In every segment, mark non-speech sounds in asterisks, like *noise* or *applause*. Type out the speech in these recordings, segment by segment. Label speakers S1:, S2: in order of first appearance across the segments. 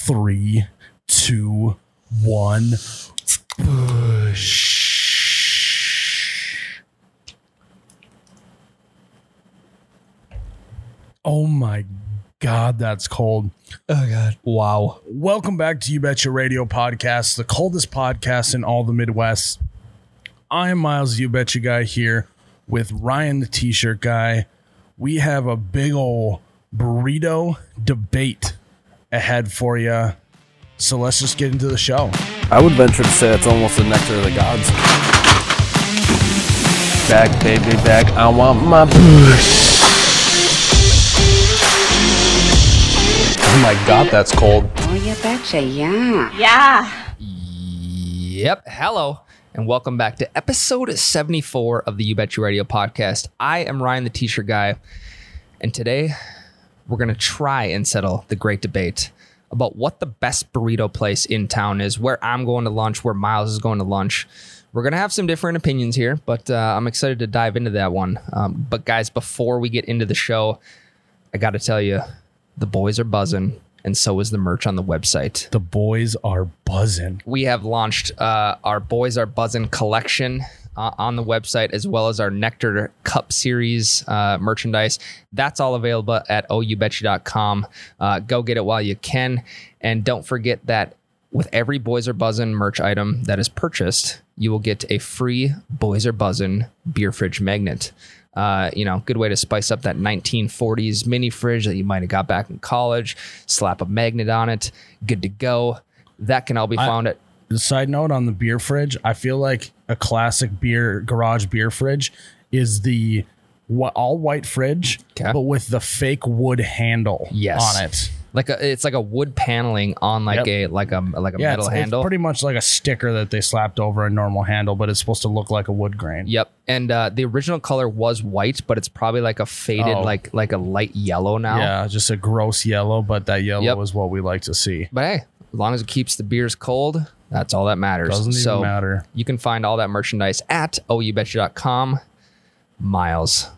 S1: three, two, one. Oh my God, that's cold.
S2: Oh god. Wow.
S1: Welcome back to You Betcha Radio Podcast, the coldest podcast in all the Midwest. I am Miles, You Betcha Guy, here with Ryan, the t shirt guy. We have a big ol' burrito debate ahead for you. So let's just get into the show.
S3: I would venture to say it's almost the nectar of the gods. Back, baby, back. I want my push. Oh my god, that's cold.
S4: Oh, you betcha, yeah.
S5: Yeah.
S2: Yep. Hello. And welcome back to episode 74 of the You Bet You Radio podcast. I am Ryan the T-shirt guy, and today we're gonna try and settle the great debate about what the best burrito place in town is, where I'm going to lunch, where Miles is going to lunch. We're gonna have some different opinions here, but uh, I'm excited to dive into that one. Um, but guys, before we get into the show, I gotta tell you, the boys are buzzing, and so is the merch on the website.
S1: The boys are buzzing.
S2: we have launched uh, our Boys Are Buzzin' collection uh, on the website, as well as our Nectar Cup Series uh, merchandise. That's all available at oubetcha.com. Uh, go get it while you can. And don't forget that with every Boys Are Buzzin' merch item that is purchased, you will get a free Boys Are Buzzin' beer fridge magnet. Uh, you know, good way to spice up that 1940s mini fridge that you might have got back in college. Slap a magnet on it, good to go. That can all be found at
S1: Side note on the beer fridge, I feel like a classic beer garage beer fridge is the what all white fridge,
S2: Okay.
S1: but with the fake wood handle
S2: Yes.
S1: on it.
S2: like a it's like a wood paneling on like
S1: Yep.
S2: a like a like a
S1: Yeah,
S2: metal
S1: it's, it's
S2: handle.
S1: pretty much like a sticker that they slapped over a normal handle, but it's supposed to look like a wood grain.
S2: Yep, and uh, the original color was white, but it's probably like a faded,
S1: Oh.
S2: like like a light yellow now.
S1: Yeah, just a gross yellow, but that yellow
S2: Yep.
S1: is what we like to see.
S2: But hey, as long as it keeps the beers cold, that's all that matters.
S1: Doesn't even
S2: so
S1: matter.
S2: you can find all that merchandise at oubetcha.com. Miles,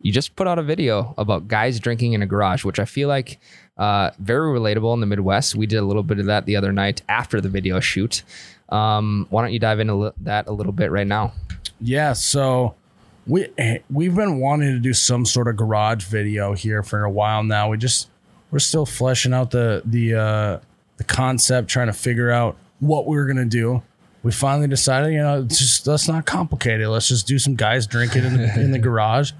S2: you just put out a video about guys drinking in a garage, which I feel like uh, very relatable in the Midwest. We did a little bit of that the other night after the video shoot. Um, why don't you dive into li- that a little bit right now?
S1: Yeah, so we we've been wanting to do some sort of garage video here for a while now. We just we're still fleshing out the the uh, the concept, trying to figure out what we were gonna do. We finally decided, you know, it's just let's not complicate it. Let's just do some guys drinking in the, in the garage,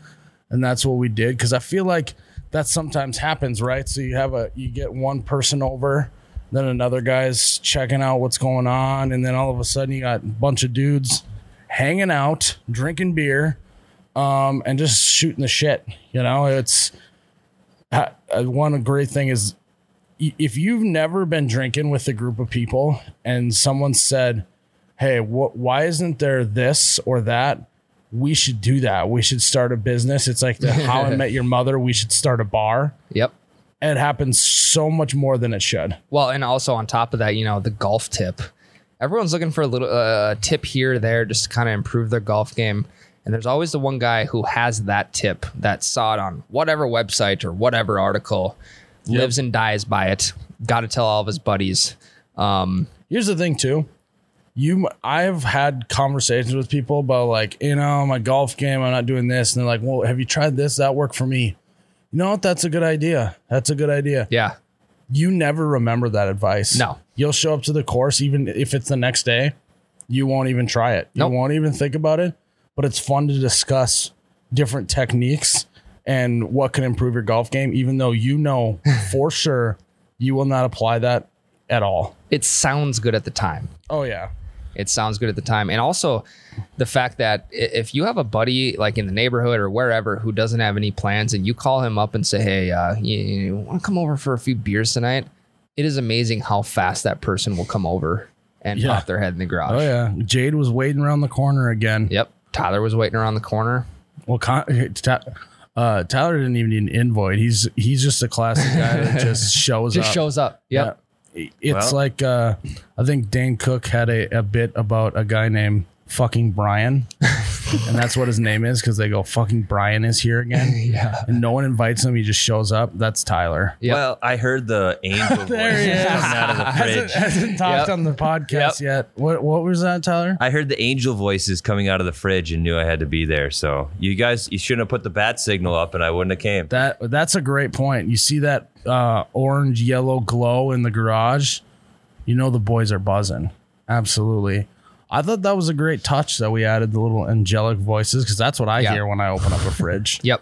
S1: and that's what we did. Because I feel like that sometimes happens, right? So you have a you get one person over, then another guy's checking out what's going on, and then all of a sudden you got a bunch of dudes hanging out, drinking beer, um, and just shooting the shit. You know, it's uh, uh, one great thing is y- if you've never been drinking with a group of people and someone said, "Hey, wh- why isn't there this or that?" We should do that. We should start a business. It's like the How I Met Your Mother. We should start a bar.
S2: Yep.
S1: It happens so much more than it should.
S2: Well, and also on top of that, you know, the golf tip. Everyone's looking for a little uh, tip here or there just to kind of improve their golf game. And there's always the one guy who has that tip that saw it on whatever website or whatever article, lives and dies by it. Got to tell all of his buddies. Um,
S1: here's the thing too you i've had conversations with people about like you know my golf game i'm not doing this and they're like well have you tried this that worked for me you know what that's a good idea that's a good idea
S2: yeah,
S1: you never remember that advice
S2: No.
S1: you'll show up to the course even if it's the next day you won't even try it
S2: Nope.
S1: you won't even think about it but it's fun to discuss different techniques and what can improve your golf game even though you know for *laughs* sure you will not apply that at all
S2: it sounds good at the time.
S1: oh yeah
S2: It sounds good at the time. And also the fact that i- if you have a buddy like in the neighborhood or wherever who doesn't have any plans and you call him up and say, Hey, uh, you, you want to come over for a few beers tonight? It is amazing how fast that person will come over and
S1: Yeah.
S2: pop their head in the garage.
S1: Oh yeah, Jade was waiting around the corner again.
S2: Yep. Tyler was waiting around the corner.
S1: Well, con- Ty- uh, Tyler didn't even need an invite. He's he's just a classic guy
S2: *laughs*
S1: that just shows
S2: Just
S1: up.
S2: shows up. Yep.
S1: Yeah. It's like uh, I think Dane Cook had a, a bit about a guy named fucking Brian, and that's what his name is because they go fucking Brian is here
S2: *laughs*
S1: again. yeah, and no one invites him. He just shows up. That's Tyler.
S2: Yep.
S5: Well, I heard the angel
S1: *laughs*
S5: voice
S1: There he is.
S5: coming out of the
S1: *laughs* Hasn't,
S5: fridge.
S1: hasn't talked
S2: Yep.
S1: on the podcast
S2: Yep.
S1: yet. What what was that, Tyler?
S5: I heard the angel voices coming out of the fridge and knew I had to be there. So you guys, you shouldn't have put the bat signal up, and I wouldn't have came.
S1: That that's a great point. You see that uh, orange yellow glow in the garage, you know the boys are buzzing. Absolutely. I thought that was a great touch that we added the little angelic voices because that's what I
S2: Yeah.
S1: hear when I open up a fridge.
S2: *laughs* Yep.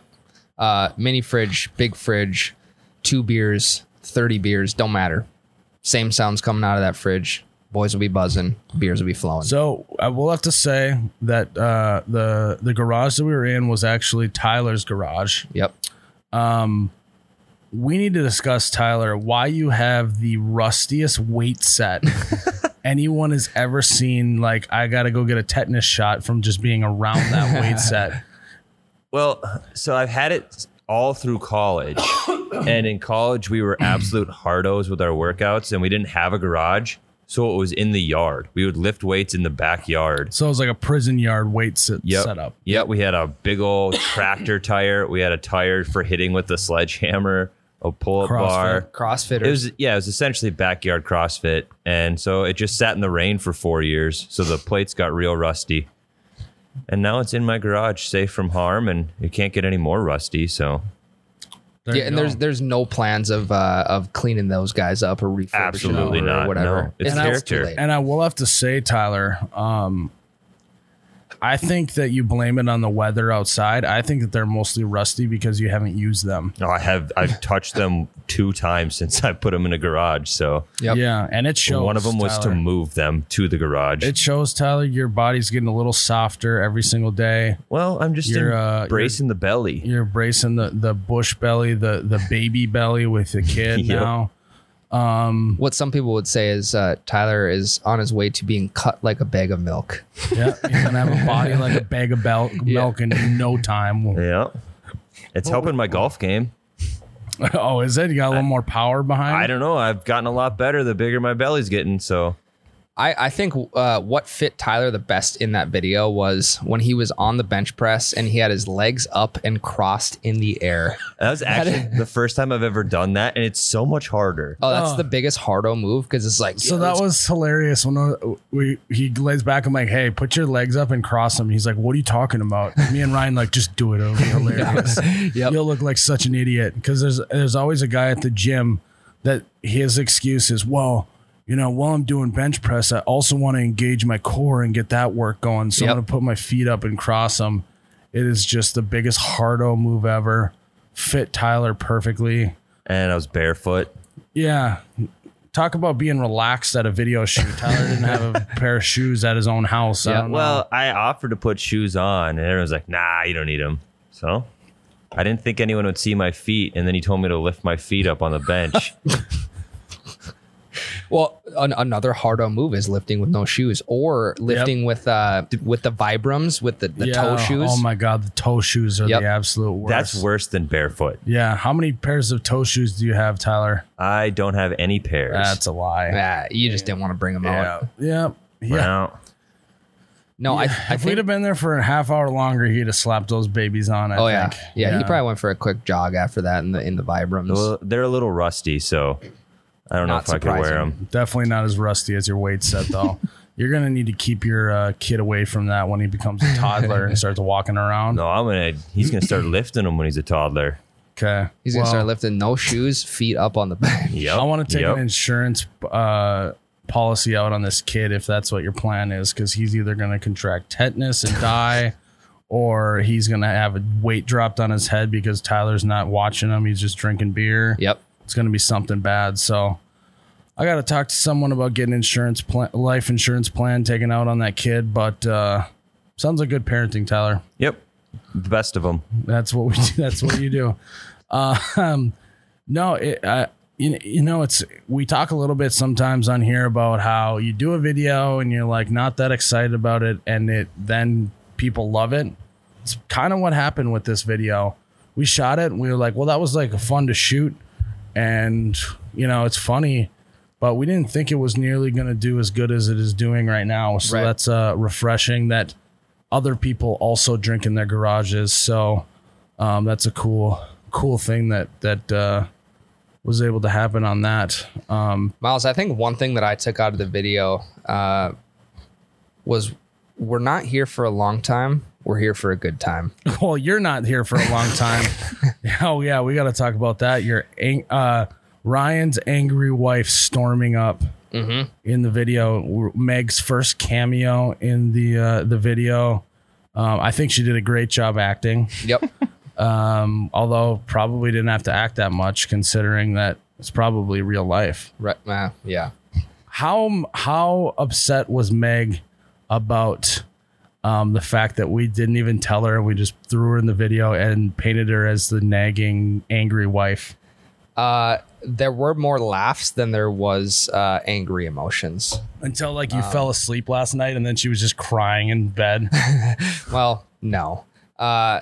S2: Uh, mini fridge, big fridge, two beers, 30 beers, don't matter. Same sounds coming out of that fridge. Boys will be buzzing, beers will be flowing.
S1: So I will have to say that uh, the the garage that we were in was actually Tyler's garage.
S2: yep.
S1: We need to discuss Tyler why you have the rustiest weight
S5: *laughs*
S1: set anyone has ever seen. Like I got to go get a tetanus shot from just being around that
S5: *laughs*
S1: weight set.
S5: Well, so I've had it all through college.
S1: *coughs*
S5: and in college, we were absolute hardos with our workouts, and we didn't have a garage. So it was in the yard. We would lift weights in the backyard.
S1: So it was like a prison yard weight set,
S5: Yep.
S1: setup.
S5: Yep. We had a big old tractor tire. We had a tire for hitting with a sledgehammer, a pull up
S1: CrossFit.
S5: bar.
S2: CrossFitter.
S5: It was yeah, it was essentially backyard CrossFit, and so it just sat in the rain for four years, so the plates got real rusty, and now it's in my garage, safe from harm, and it can't get any more rusty. So
S1: There
S2: yeah,
S1: you
S2: and
S1: go.
S2: there's there's no plans of uh, of cleaning those guys up or refurbishing
S5: Absolutely
S2: them or
S5: not,
S2: whatever.
S5: no. It's
S2: too
S5: character.
S2: late.
S1: and I will have to say, Tyler, um, I think that you blame it on the weather outside. I think that they're mostly rusty because you haven't used them.
S5: no, oh, I have I've touched them two times since I put them in a garage. So
S2: Yep.
S1: Yeah, and it shows.
S5: one of them was to
S1: Tyler.
S5: move them to the garage.
S1: It shows, Tyler, your body's getting a little softer every single day.
S5: well, I'm just
S1: You're, uh,
S5: embracing the belly.
S1: You're bracing the the bush belly, the the baby belly with the kid
S5: *laughs* Yep.
S1: now.
S2: What some people would say is uh, Tyler is on his way to being cut like a bag of milk.
S1: Yeah, you're gonna have a body like a bag of
S5: *laughs*
S1: bel- milk in no time.
S5: yeah, it's helping my golf game.
S1: oh, is it? You got a little more power behind.
S5: I
S1: it?
S5: don't know. I've gotten a lot better the bigger my belly's getting. So
S2: I, I think uh, what fit Tyler the best in that video was when he was on the bench press and he had his legs up and crossed in the air.
S5: That was actually the first time I've ever done that, and it's so much harder.
S2: Oh, that's
S1: Oh.
S2: the biggest hardo move because it's like
S1: So
S2: yeah,
S1: that
S2: let's-
S1: was hilarious when uh, we he lays back. I'm like, "Hey, put your legs up and cross them." He's like, "What are you talking about?" Me and Ryan like, "Just do it."
S2: *laughs*
S1: It'll be hilarious.
S2: Yep.
S1: You'll look like such an idiot because there's there's always a guy at the gym that his excuse is, "Well, you know, while I'm doing bench press, I also want to engage my core and get that work going, so
S2: Yep.
S1: I'm gonna put my feet up and cross them." It is just the biggest hardo move ever. Fit Tyler perfectly.
S5: And I was barefoot.
S1: Yeah. Talk about being relaxed at a video shoot. Tyler didn't have
S2: *laughs*
S1: a pair of shoes at his own house. I
S2: Yeah,
S1: don't know.
S5: Well, I offered to put shoes on, and everyone's like, "Nah, you don't need them." So I didn't think anyone would see my feet, and then he told me to lift my feet up on
S1: *laughs*
S5: the bench.
S2: well an, another hardo move is lifting with no shoes or lifting with uh with the vibrams with the, the
S1: Yeah.
S2: toe shoes.
S1: Oh my god, the toe shoes are
S2: Yep.
S1: the absolute worst.
S5: That's worse than barefoot.
S1: Yeah. How many pairs of toe shoes do you have, Tyler?
S5: I don't have any pairs.
S1: That's a lie.
S2: Ah, you just didn't want to bring them out.
S1: Yeah. Yeah.
S5: Wow.
S2: No, I, I
S1: If we'd have
S2: think.
S1: been there for a half hour longer, he'd have slapped those babies on. I
S2: Oh yeah.
S1: think.
S2: yeah, He probably went for a quick jog after that in the in the vibrams.
S5: Well, they're a little rusty, so I don't know
S2: Not
S5: if I could wear
S2: surprising.
S5: them.
S1: definitely not as rusty as your weight set
S2: *laughs*
S1: though. You're gonna need to keep your uh, kid away from that when he becomes a toddler
S2: *laughs*
S1: and starts walking around.
S5: No, I'm gonna. He's gonna start lifting them when he's a toddler.
S1: Okay.
S2: He's gonna
S1: Well-
S2: start lifting no shoes, feet up on the *laughs* bench.
S5: Yep.
S1: I want to take
S5: yep.
S1: an insurance uh, policy out on this kid if that's what your plan is, because he's either going to contract tetanus and
S5: *laughs*
S1: die, or he's going to have a weight dropped on his head because Tyler's not watching him. He's just drinking beer.
S2: Yep.
S1: It's going to be something bad. So I got to talk to someone about getting insurance plan, life insurance plan taken out on that kid. But uh, sounds like good parenting, Tyler.
S5: Yep. The best of them.
S1: That's what we *laughs* do. That's what you do. Uh, um, no, it, I, you, you know, it's we talk a little bit sometimes on here about how you do a video and you're like not that excited about it, and it then people love it. It's kind of what happened with this video. We shot it and we were like, well, that was like fun to shoot, and you know, it's funny. But we didn't think it was nearly going to do as good as it is doing right now. So
S2: Right.
S1: that's uh, refreshing that other people also drink in their garages. So um, that's a cool cool thing that that uh, was able to happen on that. *laughs* Um,
S2: Miles, I think one thing that I took out of the video uh, was we're not here for a long time. We're here for a good time.
S1: well, you're not here for a long time. oh yeah, we got to talk about that. Your ang- uh, Ryan's angry wife storming up in the video. Meg's first cameo in the uh, the video. Um, I think she did a great job acting. *laughs*
S2: Yep.
S1: Um, although probably didn't have to act that much considering that it's probably real life.
S2: right. Uh, yeah.
S1: How how upset was Meg about um, the fact that we didn't even tell her? We just threw her in the video and painted her as the nagging, angry wife.
S2: Uh, there were more laughs than there was uh, angry emotions.
S1: Until like you fell asleep last night, and then she was just crying in bed.
S5: *laughs*
S2: Well, no. Uh,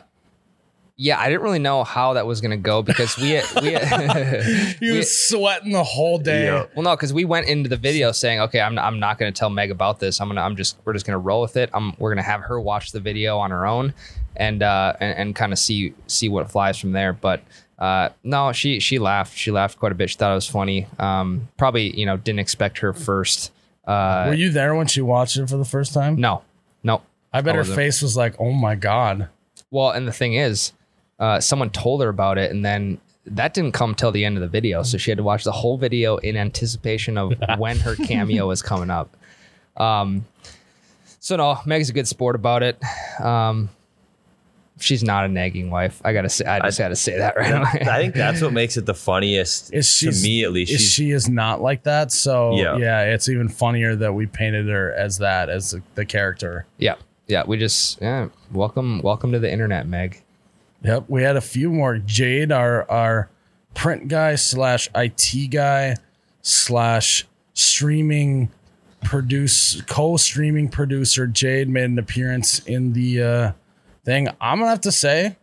S2: yeah, I didn't really know how that was gonna go because we we
S1: *laughs* you was sweating the whole day.
S2: Well, no, because we went into the video saying, okay, I'm, I'm not going to tell Meg about this. I'm gonna, I'm just, we're just gonna roll with it. I'm, we're gonna have her watch the video on her own, and uh, and, and kind of see see what flies from there. But uh, no, she she laughed. She laughed quite a bit. She thought it was funny. Um, probably you know didn't expect her first. Uh,
S1: Were you there when she watched it for the first time?
S2: no, no.
S1: I bet
S2: I
S1: her
S2: wasn't.
S1: face was like, "Oh my god."
S2: Well, and the thing is, uh, someone told her about it, and then that didn't come till the end of the video. So she had to watch the whole video in anticipation
S5: *laughs*
S2: of when her cameo was coming up. Um, so no, Meg's a good sport about it. Um, she's not a nagging wife. I gotta say, I just gotta say that right away.
S5: *laughs* I think that's what makes it the funniest
S1: is
S5: to
S1: she's,
S5: me at least.
S1: is
S5: She's-
S1: she is not like that so yeah.
S5: Yeah.
S1: it's even funnier that we painted her as that as the, the character
S2: yeah, yeah. We just yeah, welcome, welcome to the internet, Meg.
S1: yep we had a few more jade our our print guy slash it guy slash streaming produce co-streaming producer jade made an appearance in the uh thing i'm gonna have to say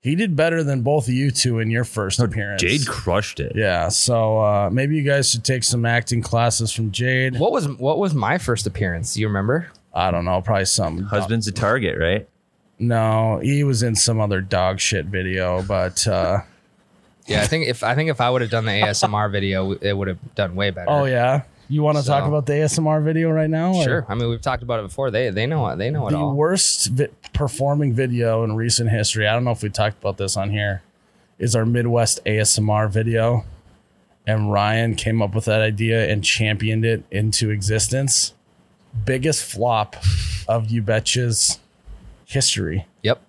S1: he did better than both of you two in your first appearance
S5: Jade crushed it.
S1: yeah so uh maybe you guys should take some acting classes from jade
S2: What was what was my first appearance? Do you remember?
S1: I don't know, probably some
S5: Husband's a target, right?
S1: No, he was in some other dog shit video, but uh
S2: Yeah, I think if I think if I would have done the ASMR video, it would have done way better.
S1: oh yeah. You want to talk
S2: So-
S1: about the ASMR video right now? or-
S2: Sure. I mean, we've talked about it before. They they know it. They know it
S1: The
S2: all.
S1: worst vi- performing video in recent history. I don't know if we talked about this on here. Is our Midwest ASMR video, and Ryan came up with that idea and championed it into existence. Biggest flop of you betches history,
S2: Yep.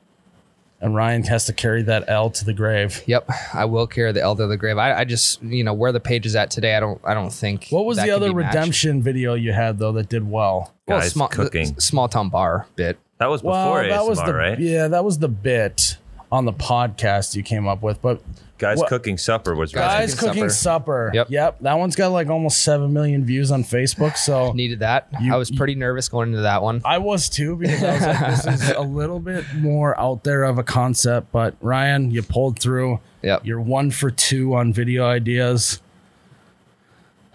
S1: and Ryan has to carry that L to the grave.
S2: Yep. I will care the elder of the grave. I, I just you know where the page is at today. I don't I don't think.
S1: What was the
S2: that could
S1: other
S2: be matched.
S1: redemption video you had though that did well?
S2: Well,
S5: Guys
S2: small,
S5: cooking.
S2: the small town bar bit.
S5: That was before
S1: Well, that
S5: ASMR,
S1: was the
S5: right?
S1: yeah, that was the bit on the podcast you came up with. But
S5: Guys
S1: What-
S5: cooking supper was right.
S2: Guys
S1: guys
S2: Cooking
S1: cooking supper.
S2: Yep.
S1: that one's got like almost seven million views on Facebook.
S2: *laughs*
S1: So
S2: Needed that.
S1: You-
S2: I was pretty nervous going into that one.
S1: I was too because I was like, this is
S2: *laughs*
S1: a little bit more out there of a concept. But Ryan, you pulled through.
S2: Yep.
S1: You're one for two on video ideas. *sighs*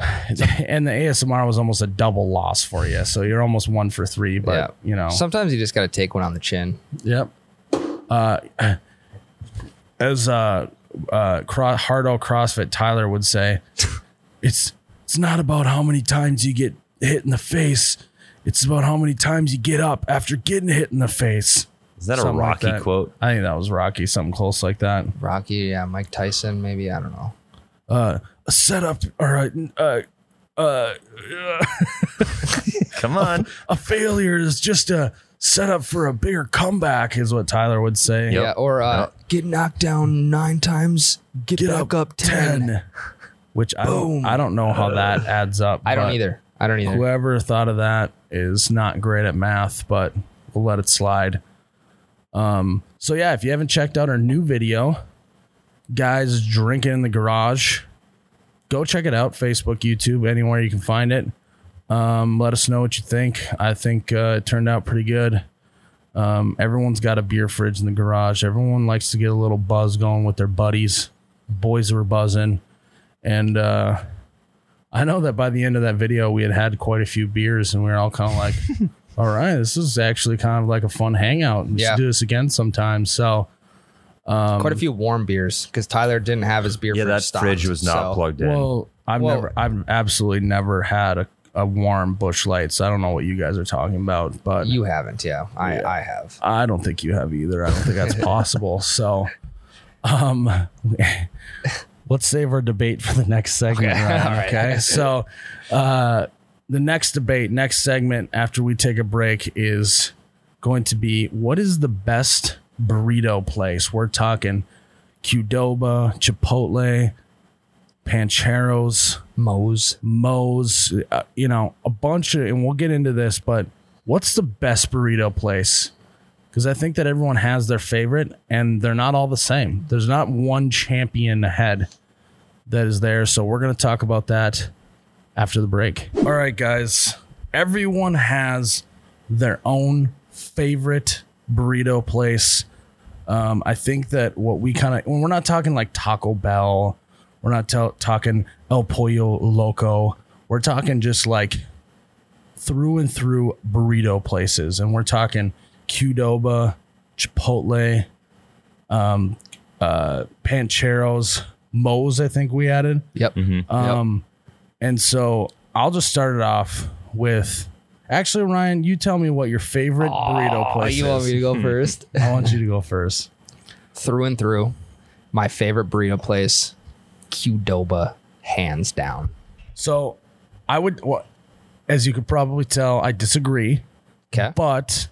S1: And the ASMR was almost a double loss for you. So you're almost one for three, but
S2: Yeah.
S1: you know.
S2: Sometimes you just got to take one on the chin.
S1: Yep. Uh, *clears throat* as uh, uh, cro- Hardo CrossFit Tyler would say, it's it's not about how many times you get hit in the face. It's about how many times you get up after getting hit in the face.
S5: Is that a
S1: Something like
S5: Rocky
S1: that.
S5: quote?
S1: I think that was Rocky, something close like that.
S2: Rocky, yeah, Mike Tyson, maybe I don't know.
S1: A setup or a, a,
S5: Come
S1: Oh,
S5: on.
S1: a failure is just a setup for a bigger comeback, is what Tyler would say.
S2: Yeah, or uh, get knocked down nine times, get,
S1: Get
S2: back
S1: up,
S2: up,
S1: 10.
S2: ten.
S1: Which I don't,
S2: Boom.
S1: I don't know how that adds up.
S2: I don't
S1: but-
S2: either. I don't either.
S1: Whoever thought of that is not great at math, but we'll let it slide. Um, so yeah, if you haven't checked out our new video, guys drinking in the garage, go check it out. Facebook, YouTube, anywhere you can find it. Um, let us know what you think. I think uh, it turned out pretty good. Um, everyone's got a beer fridge in the garage. Everyone likes to get a little buzz going with their buddies. Boys were buzzing, and uh, I know that by the end of that video, we had had quite a few beers, and we were all kind of like, all right, this is actually kind of like a fun hangout. We
S2: Yeah.
S1: should do this again sometime. So,
S2: Quite a
S1: um,
S2: few warm beers because Tyler didn't have his beer.
S5: Yeah,
S2: fridge
S5: that
S2: stocked,
S5: fridge was not
S2: so-
S5: plugged in.
S1: well, I've
S2: Well-
S1: never, I've absolutely never had a, a warm bush light. So I don't know what you guys are talking about, but
S2: You haven't, yeah. I, I have.
S1: I don't think you have either. I don't think that's possible. So, um, let's save our debate for the next segment. Okay. okay? so, uh, the next debate, next segment after we take a break is going to be what is the best burrito place? We're talking Qdoba, Chipotle, Pancheros,
S2: Moe's.
S1: Moe's, uh, you know, a bunch of, and we'll get into this, but what's the best burrito place? Because I think that everyone has their favorite and they're not all the same. There's not one champion ahead that is there. So we're going to talk about that after the break. All right, guys. Everyone has their own favorite burrito place. Um, I think that what we kind of, when we're not talking like Taco Bell, we're not tell talking El Pollo Loco. We're talking just like through and through burrito places. And we're talking Qdoba, Chipotle, um, uh, Pancheros, Moe's, I think we added.
S2: Yep. Um,
S1: And so I'll just start it off with actually, Ryan, you tell me what your favorite burrito place
S2: oh, you want
S1: is.
S2: me to go *laughs* first?
S1: I want you to go first.
S2: through and through, my favorite burrito place, Qdoba, hands down.
S1: So I would, well, as you could probably tell, I disagree.
S2: Okay.
S1: but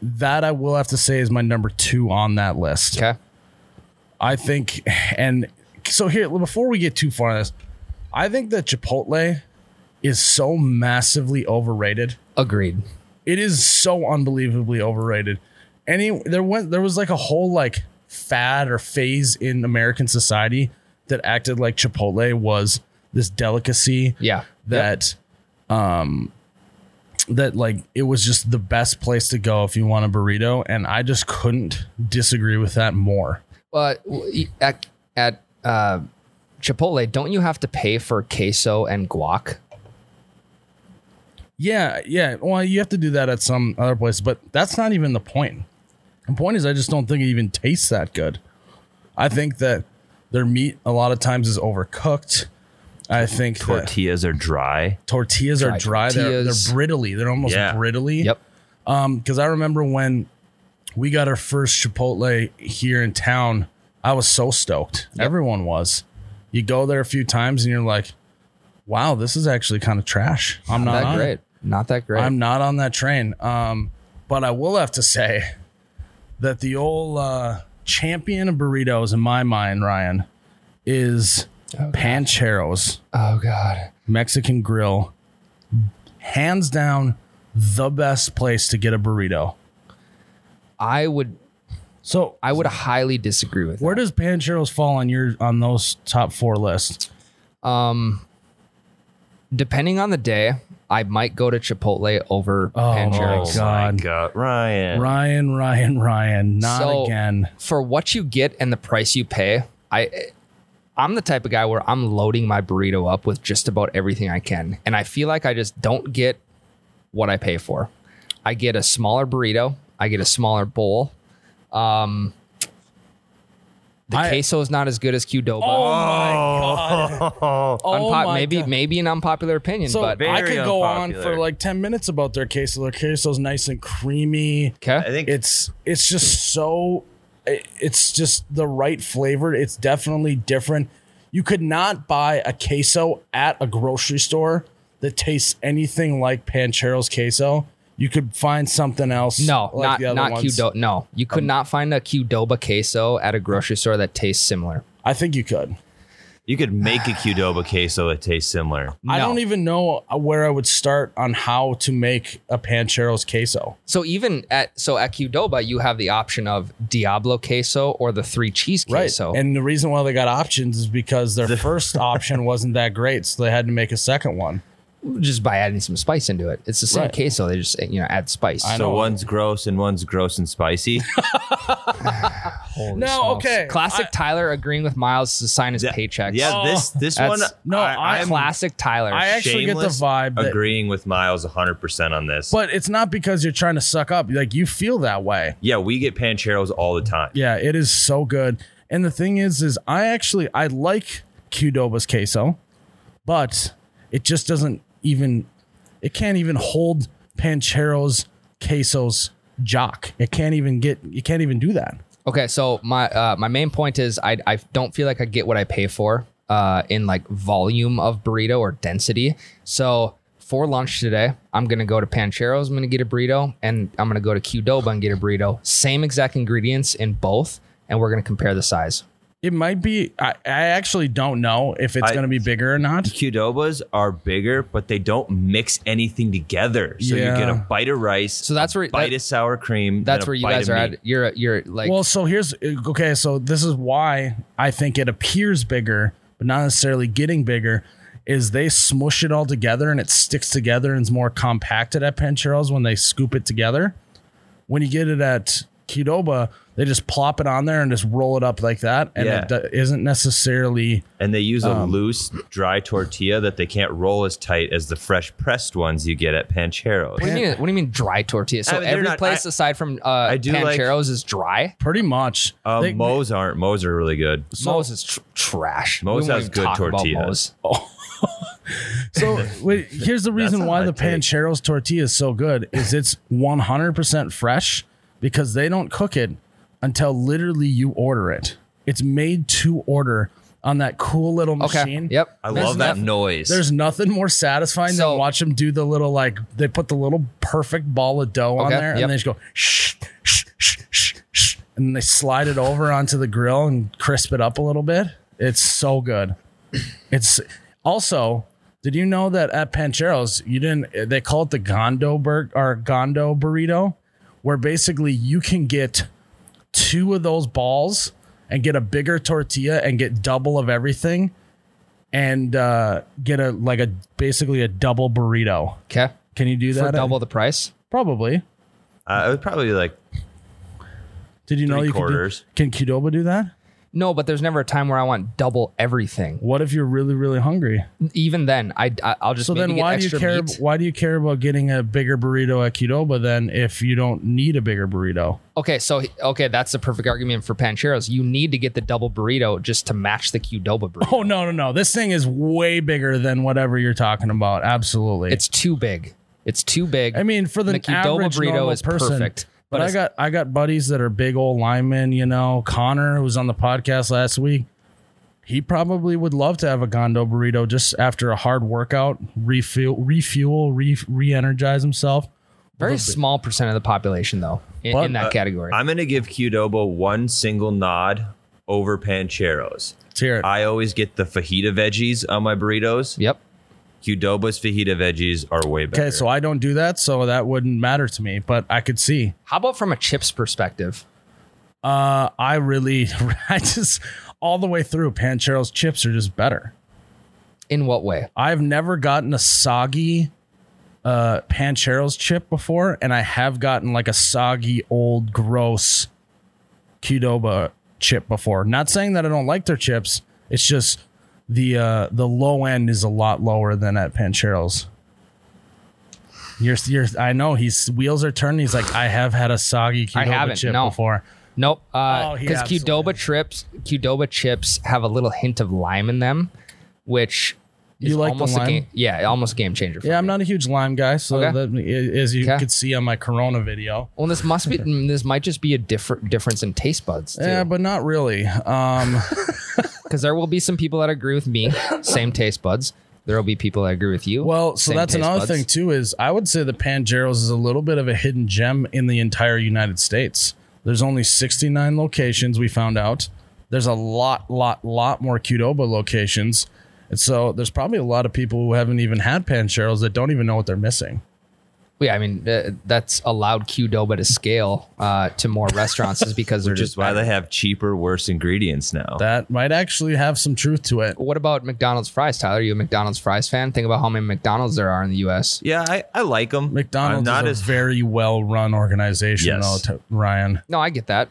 S1: that I will have to say is my number two on that list.
S2: Okay.
S1: I think, and so here before we get too far on this, I think that Chipotle is so massively overrated.
S2: Agreed.
S1: It is so unbelievably overrated. Any there went there was like a whole like fad or phase in American society that acted like Chipotle was this delicacy
S2: Yeah.
S1: that um that like it was just the best place to go if you want a burrito and i just couldn't disagree with that more
S2: But at, at uh, Chipotle, don't you have to pay for queso and guac?
S1: yeah yeah well you have to do that at some other place but that's not even the point the point is i just don't think it even tastes that good i think that their meat a lot of times is overcooked i think that
S5: Tortillas are dry.
S1: tortillas are
S2: Dry
S1: dry they're, they're
S2: tortillas.
S1: brittly they're almost
S5: Yeah.
S1: brittly
S2: Yep.
S1: because I remember when we got our first Chipotle here in town, I was so stoked. Everyone was. You go there a few times and you're like, wow, this is actually kind of trash. I'm not,
S2: Not that
S1: on it.
S2: great. Not that great.
S1: Uh-huh. I'm not on that train. Um, but I will have to say that the old uh, champion of burritos in my mind, Ryan, is Pancheros
S2: oh God.
S1: Mexican Grill. Hands down, the best place to get a burrito.
S2: I would
S1: So
S2: I would highly disagree with
S1: Where does Pancheros fall on your on those top four lists?
S2: that. Um depending on the day, I might go to Chipotle over
S1: Oh,
S2: Pancheros.
S1: God.
S5: my God, Ryan.
S1: Ryan, Ryan, Ryan, not
S2: So-
S1: again.
S2: for what you get and the price you pay, I I'm the type of guy where I'm loading my burrito up with just about everything I can. And I feel like I just don't get what I pay for. I get a smaller burrito, I get a smaller bowl. Um the
S1: I-
S2: queso is not as good as Qdoba.
S5: Oh,
S2: *laughs* Unpo-
S1: my
S2: maybe
S1: God.
S2: maybe an unpopular opinion,
S1: So
S2: but
S1: I
S5: Very
S1: could go on
S5: unpopular.
S1: for like ten minutes about their queso. Their queso's nice and creamy.
S5: I
S2: okay.
S5: think
S1: It's it's just so it- it's just the right flavor. It's definitely different. You could not buy a queso at a grocery store that tastes anything like Pancheros queso. You could find something else.
S2: No,
S1: like the other
S2: not not
S1: ones. Um,
S2: Qdoba. No, you could not find a Qdoba queso at a grocery store that tastes similar.
S1: I think you could.
S5: you could make a Qdoba queso that tastes similar.
S1: I
S2: No.
S1: don't even know where I would start on how to make a Pancheros queso.
S2: So even at so at Qdoba, you have the option of Diablo queso or the three cheese queso.
S1: And the reason why they got options is because their first option wasn't that great, so they had to make a second one.
S2: just by adding some spice into it. It's the same
S1: Right.
S2: queso. They just you know add spice.
S1: I
S5: So
S1: know.
S5: one's gross and one's gross and
S2: *laughs*
S5: spicy.
S2: Holy
S1: No, okay.
S2: Classic Tyler agreeing with Miles to sign his
S5: Yeah,
S2: paycheck.
S5: Yeah,
S1: Oh,
S5: this this
S2: that's-
S5: one.
S1: no, I-
S5: I'm
S2: classic Tyler.
S1: I actually get the
S5: shameless
S1: vibe that-
S5: agreeing with Miles 100 percent on this.
S1: But it's not because you're trying to suck up. Like you feel that way.
S5: yeah, we get pancheros all the time.
S1: Yeah, it is so good. And the thing is, is I actually I like Qdoba's queso, but it just doesn't even it can't even hold Panchero's queso's jock. It can't even get you can't even do that.
S2: Okay, so my uh, my main point is I I don't feel like I get what I pay for uh, in like volume of burrito or density. So for lunch today, I'm gonna go to Pancheros. I'm gonna get a burrito, and I'm gonna go to Qdoba and get a burrito. Same exact ingredients in both, and we're gonna compare the size.
S1: It might be I, I actually don't know if it's
S5: I-
S1: gonna be bigger or not.
S5: Qdobas are bigger, but they don't mix anything together. So
S1: Yeah.
S5: you get a bite of rice, so
S2: that's where-
S5: bite
S2: that-
S5: of sour cream.
S2: That's
S5: then a
S2: where you
S5: bite
S2: guys
S5: of
S2: are
S5: meat.
S2: at. You're you're like
S1: Well, so here's okay. So this is why I think it appears bigger, but not necessarily getting bigger. Is they smush it all together and it sticks together and is more compacted at Pancheros when they scoop it together. When you get it at Qdoba, they just plop it on there and just roll it up like that, and
S5: Yeah.
S1: it do- isn't necessarily
S5: And they use a
S2: um,
S5: loose, dry tortilla that they can't roll as tight as the fresh pressed ones you get at Pancheros.
S2: what do you mean? What do you mean dry tortilla? So
S5: I mean, they're
S2: every
S5: not-
S2: place
S5: I-
S2: aside from uh, I
S5: do like-
S2: Pancheros is dry.
S1: pretty much.
S5: Uh,
S1: they-
S5: Moe's aren't. Moe's are really good.
S2: Mo's is tr- trash.
S5: Mo's
S2: We won't
S5: has
S2: even
S5: good
S2: talk about
S5: tortillas.
S2: Mo's.
S1: So wait, here's the reason
S5: not
S1: why
S5: my
S1: the
S5: take.
S1: Pancheros tortilla is so good is it's 100% fresh because they don't cook it until literally you order it. It's made to order on that cool little
S2: Okay.
S1: machine.
S2: Yep.
S5: I
S2: There's
S5: love that
S2: nothing-
S5: noise.
S1: There's nothing more satisfying
S2: So-
S1: than watch them do the little like they put the little perfect ball of dough on
S2: Okay,
S1: there
S2: yep.
S1: and they just go shh shh shh shh shh and they slide it over onto the grill and crisp it up a little bit. It's so good. *clears throat* It's also did you know that at Pancheros you didn't they call it the Gondo bur- or Gondo burrito where basically you can get two of those balls and get a bigger tortilla and get double of everything and uh, get a like a basically a double burrito.
S2: Okay.
S1: Can you do that?
S2: For double the price.
S1: Probably.
S5: uh, it was probably like
S1: Did you know
S5: Three
S1: you
S5: quarters.
S1: Could do, can Qdoba do that?
S2: No, but there's never a time where I want double everything.
S1: What if you're really really hungry?
S2: Even then, I, I will just
S1: So
S2: maybe
S1: then
S2: get
S1: why do you
S2: extra
S1: care
S2: meat.
S1: why do you care about getting a bigger burrito at Qdoba then if you don't need a bigger burrito?
S2: Okay, so okay, that's the perfect argument for Pancheros. You need to get the double burrito just to match the Qdoba burrito.
S1: Oh no no no. This thing is way bigger than whatever you're talking about. Absolutely.
S2: It's too big. It's too big.
S1: I mean, for the,
S2: And Qdoba
S1: average normal person, But, I
S2: it's-
S1: got I got buddies that are big old linemen. You know, Connor, who was on the podcast last week, he probably would love to have a Gondo burrito just after a hard workout, refuel, refuel, re re-energize himself.
S2: very small percent of the population though in,
S1: But, uh,
S2: in that category.
S5: I'm gonna give Qdoba one single nod over Pancheros.
S1: Let's hear it.
S5: I always get the fajita veggies on my burritos.
S2: yep.
S5: Qdoba's fajita veggies are way better.
S1: okay, so I don't do that, so that wouldn't matter to me. But I could see.
S2: How about from a chips perspective?
S1: Uh, I really, *laughs* I just all the way through. Pancheros chips are just better.
S2: In what way?
S1: I've never gotten a soggy uh Pancheros chip before, and I have gotten like a soggy, old, gross Qdoba chip before. Not saying that I don't like their chips. It's just the uh the low end is a lot lower than at Pancheros. You're, you're, I know he's wheels are turning. He's like, I have had a soggy
S2: I
S1: Qdoba
S2: haven't,
S1: chip
S2: no.
S1: before.
S2: Nope.
S1: Oh,
S2: Because
S1: he
S2: uh,
S1: absolutely
S2: Qdoba chips, Qdoba chips have a little hint of lime in them, which is
S1: You like the
S2: almost
S1: lime?
S2: a game. Yeah, almost a game changer. For
S1: Yeah, I'm
S2: me.
S1: not a huge lime guy, so
S2: Okay.
S1: that, as you
S2: Okay.
S1: could see on my Corona video,
S2: Well, this must be.
S1: *laughs*
S2: this might just be a different difference in taste buds. Too.
S1: yeah, but not really. Um,
S2: because there will be some people that agree
S1: *laughs*
S2: with me, same taste buds. There will be people that agree with you.
S1: Well, so
S2: same
S1: that's
S2: taste
S1: another
S2: buds.
S1: thing too. Is I would say the Pangeros is a little bit of a hidden gem in the entire United States. There's only 69 locations we found out. There's a lot, lot, lot more Qdoba locations, and so there's probably a lot of people who haven't even had Pangeros that don't even know what they're missing.
S2: yeah, I mean th- that's allowed Qdoba to scale uh, to more restaurants is because they're
S5: *laughs* Which is
S2: just.
S5: why they have cheaper, worse ingredients now.
S1: That might actually have some truth to it.
S2: What about McDonald's fries, Tyler? Are you a McDonald's fries fan? Think about how many McDonald's there are in the U.S.
S5: yeah, I, I like them.
S1: McDonald's
S5: not
S1: is a
S5: as
S1: very well run organization,
S5: Yes.
S1: though, to Ryan.
S2: No, I get that.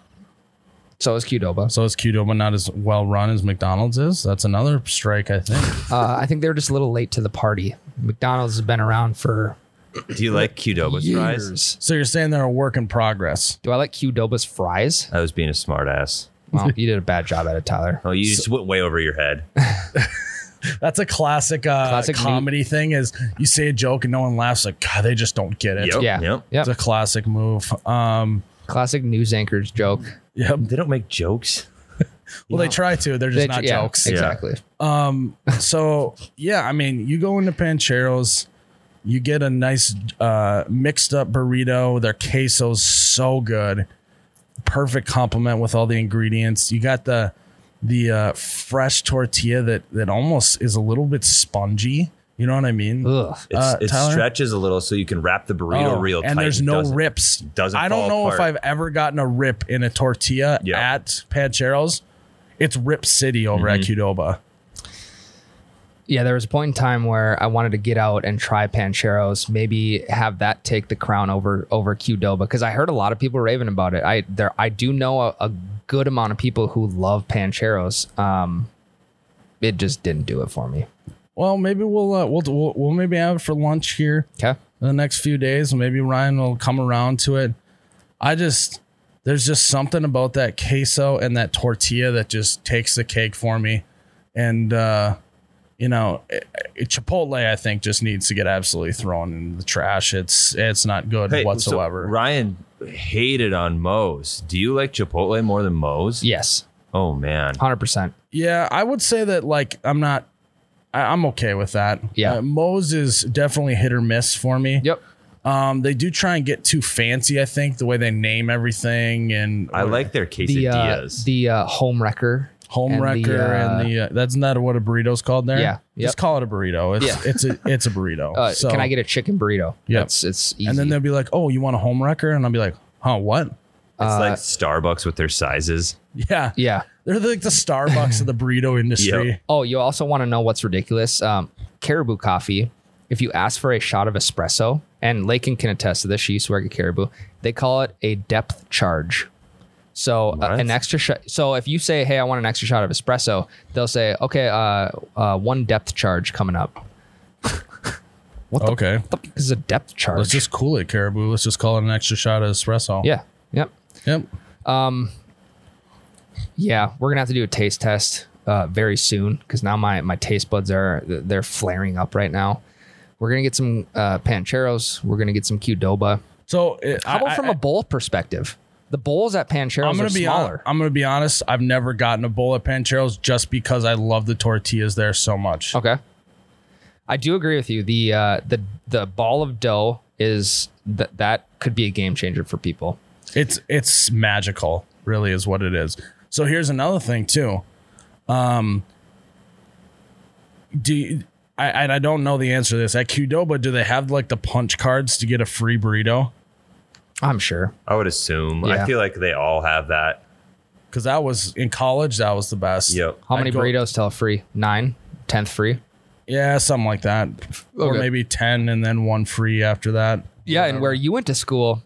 S2: So is Qdoba.
S1: So is Qdoba not as well run as McDonald's is? That's another strike, I think.
S2: Uh, I think they were just a little late to the party. McDonald's has been around for
S5: Do you like Qdoba's fries?
S2: years.
S1: so you're saying they're a work in progress.
S2: Do I like Qdoba's fries?
S5: I was being a smartass.
S1: *laughs*
S2: Well, you did a bad job at it, Tyler.
S5: Oh, you just went way over your head.
S1: That's a classic, uh,
S2: Classic
S1: comedy thing is you say a joke and no one laughs like, God, they just don't get it.
S5: Yep.
S2: Yeah.
S5: Yep.
S1: It's a classic move. Um,
S2: Classic news anchors joke.
S1: yep.
S5: They don't make jokes.
S1: Well, they try to. They're just
S2: They-
S1: not
S2: yeah,
S1: jokes.
S2: Exactly.
S1: So yeah, I mean, you go into Pancheros, you get a nice uh, mixed up burrito. Their queso's so good, perfect complement with all the ingredients. You got the the uh, fresh tortilla that that almost is a little bit spongy. You know what I mean?
S2: Ugh.
S5: It's,
S1: Uh,
S5: it
S1: Tyler?
S5: stretches a little so you can wrap the burrito
S1: Oh,
S5: real tight.
S1: and there's
S5: It
S1: no
S5: doesn't-
S1: rips.
S5: doesn't
S1: I don't
S5: fall
S1: know if
S5: apart.
S1: I've ever gotten a rip in a tortilla
S5: Yeah.
S1: at Pancheros. It's Rip City over at
S5: Mm-hmm.
S1: Qdoba.
S2: Yeah, there was a point in time where I wanted to get out and try Pancheros, maybe have that take the crown over over Qdoba because I heard a lot of people raving about it. I there I do know a, a good amount of people who love Pancheros. Um, it just didn't do it for me.
S1: Well, maybe we'll, uh, we'll we'll we'll maybe have it for lunch here.
S2: Okay,
S1: in the next few days. Maybe Ryan will come around to it. I just there's just something about that queso and that tortilla that just takes the cake for me. And uh, you know, it, it- Chipotle I think just needs to get absolutely thrown in the trash. It's it's not good
S5: Hey, so
S1: whatsoever.
S5: Ryan hated on Moe's. Do you like Chipotle more than Moe's?
S2: yes,
S5: Oh, man.
S2: hundred percent.
S1: Yeah, I would say that like I'm not I, I'm okay with that.
S2: Yeah.
S1: Uh, Moe's is definitely hit or miss for me.
S2: Yep.
S1: Um, they do try and get too fancy, I think, the way they name everything and
S5: I like their
S2: The uh,
S5: quesadillas.
S2: the uh, home wrecker.
S1: home
S2: and the,
S1: wrecker
S2: uh,
S1: and the uh, that's not what a burrito's called there.
S2: Yeah, yep.
S1: just call it a burrito. It's it's a it's a burrito.
S2: *laughs* Uh,
S1: so
S2: can I get a chicken burrito?
S1: Yep.
S2: it's it's easy.
S1: And then they'll be like, "Oh, you want a home wrecker?" And I'll be like, "Huh, what?" *laughs*
S5: it's like
S1: uh,
S5: Starbucks with their sizes.
S1: Yeah,
S2: yeah.
S1: They're like the Starbucks of the
S5: *laughs*
S1: burrito industry.
S5: Yep.
S2: Oh, you also want to know what's ridiculous? Um, caribou coffee. If you ask for a shot of espresso, and Lakin can attest to this, she used to work at Caribou. They call it a depth charge. So uh,
S5: What?
S2: an extra shot. So if you say, "Hey, I want an extra shot of espresso," they'll say, "Okay, uh, uh, one depth charge coming up."
S1: Okay,
S2: What the fuck is a depth charge?
S1: let's just cool it, Caribou. Let's just call it an extra shot of espresso.
S2: yeah, yep,
S1: Yep.
S2: yeah. We're gonna have to do a taste test uh, very soon because now my my taste buds are they're flaring up right now. We're gonna get some uh, pancheros. We're gonna get some Qdoba.
S1: So it,
S2: How about
S1: I,
S2: from
S1: I,
S2: a bowl perspective? The bowls at Pancheros
S1: I'm
S2: are
S1: gonna be hon-
S2: smaller.
S1: I'm gonna be honest. I've never gotten a bowl at Pancheros just because I love the tortillas there so much.
S2: okay. I do agree with you. The uh, the the ball of dough is that that could be a game changer for people.
S1: It's it's magical, really, is what it is. So here's another thing too. Um, do you, I and I don't know the answer to this at Qdoba? Do they have like the punch cards to get a free burrito?
S2: I'm sure.
S5: I would assume.
S2: Yeah.
S5: I feel like they all have that.
S1: Because that was in college, that was the best.
S5: Yep.
S2: How
S1: I'd
S2: many
S1: go-
S2: burritos tell free? Nine, tenth free.
S1: Yeah, something like that, or
S2: Okay.
S1: maybe ten and then one free after that.
S2: Yeah, and where you went to school,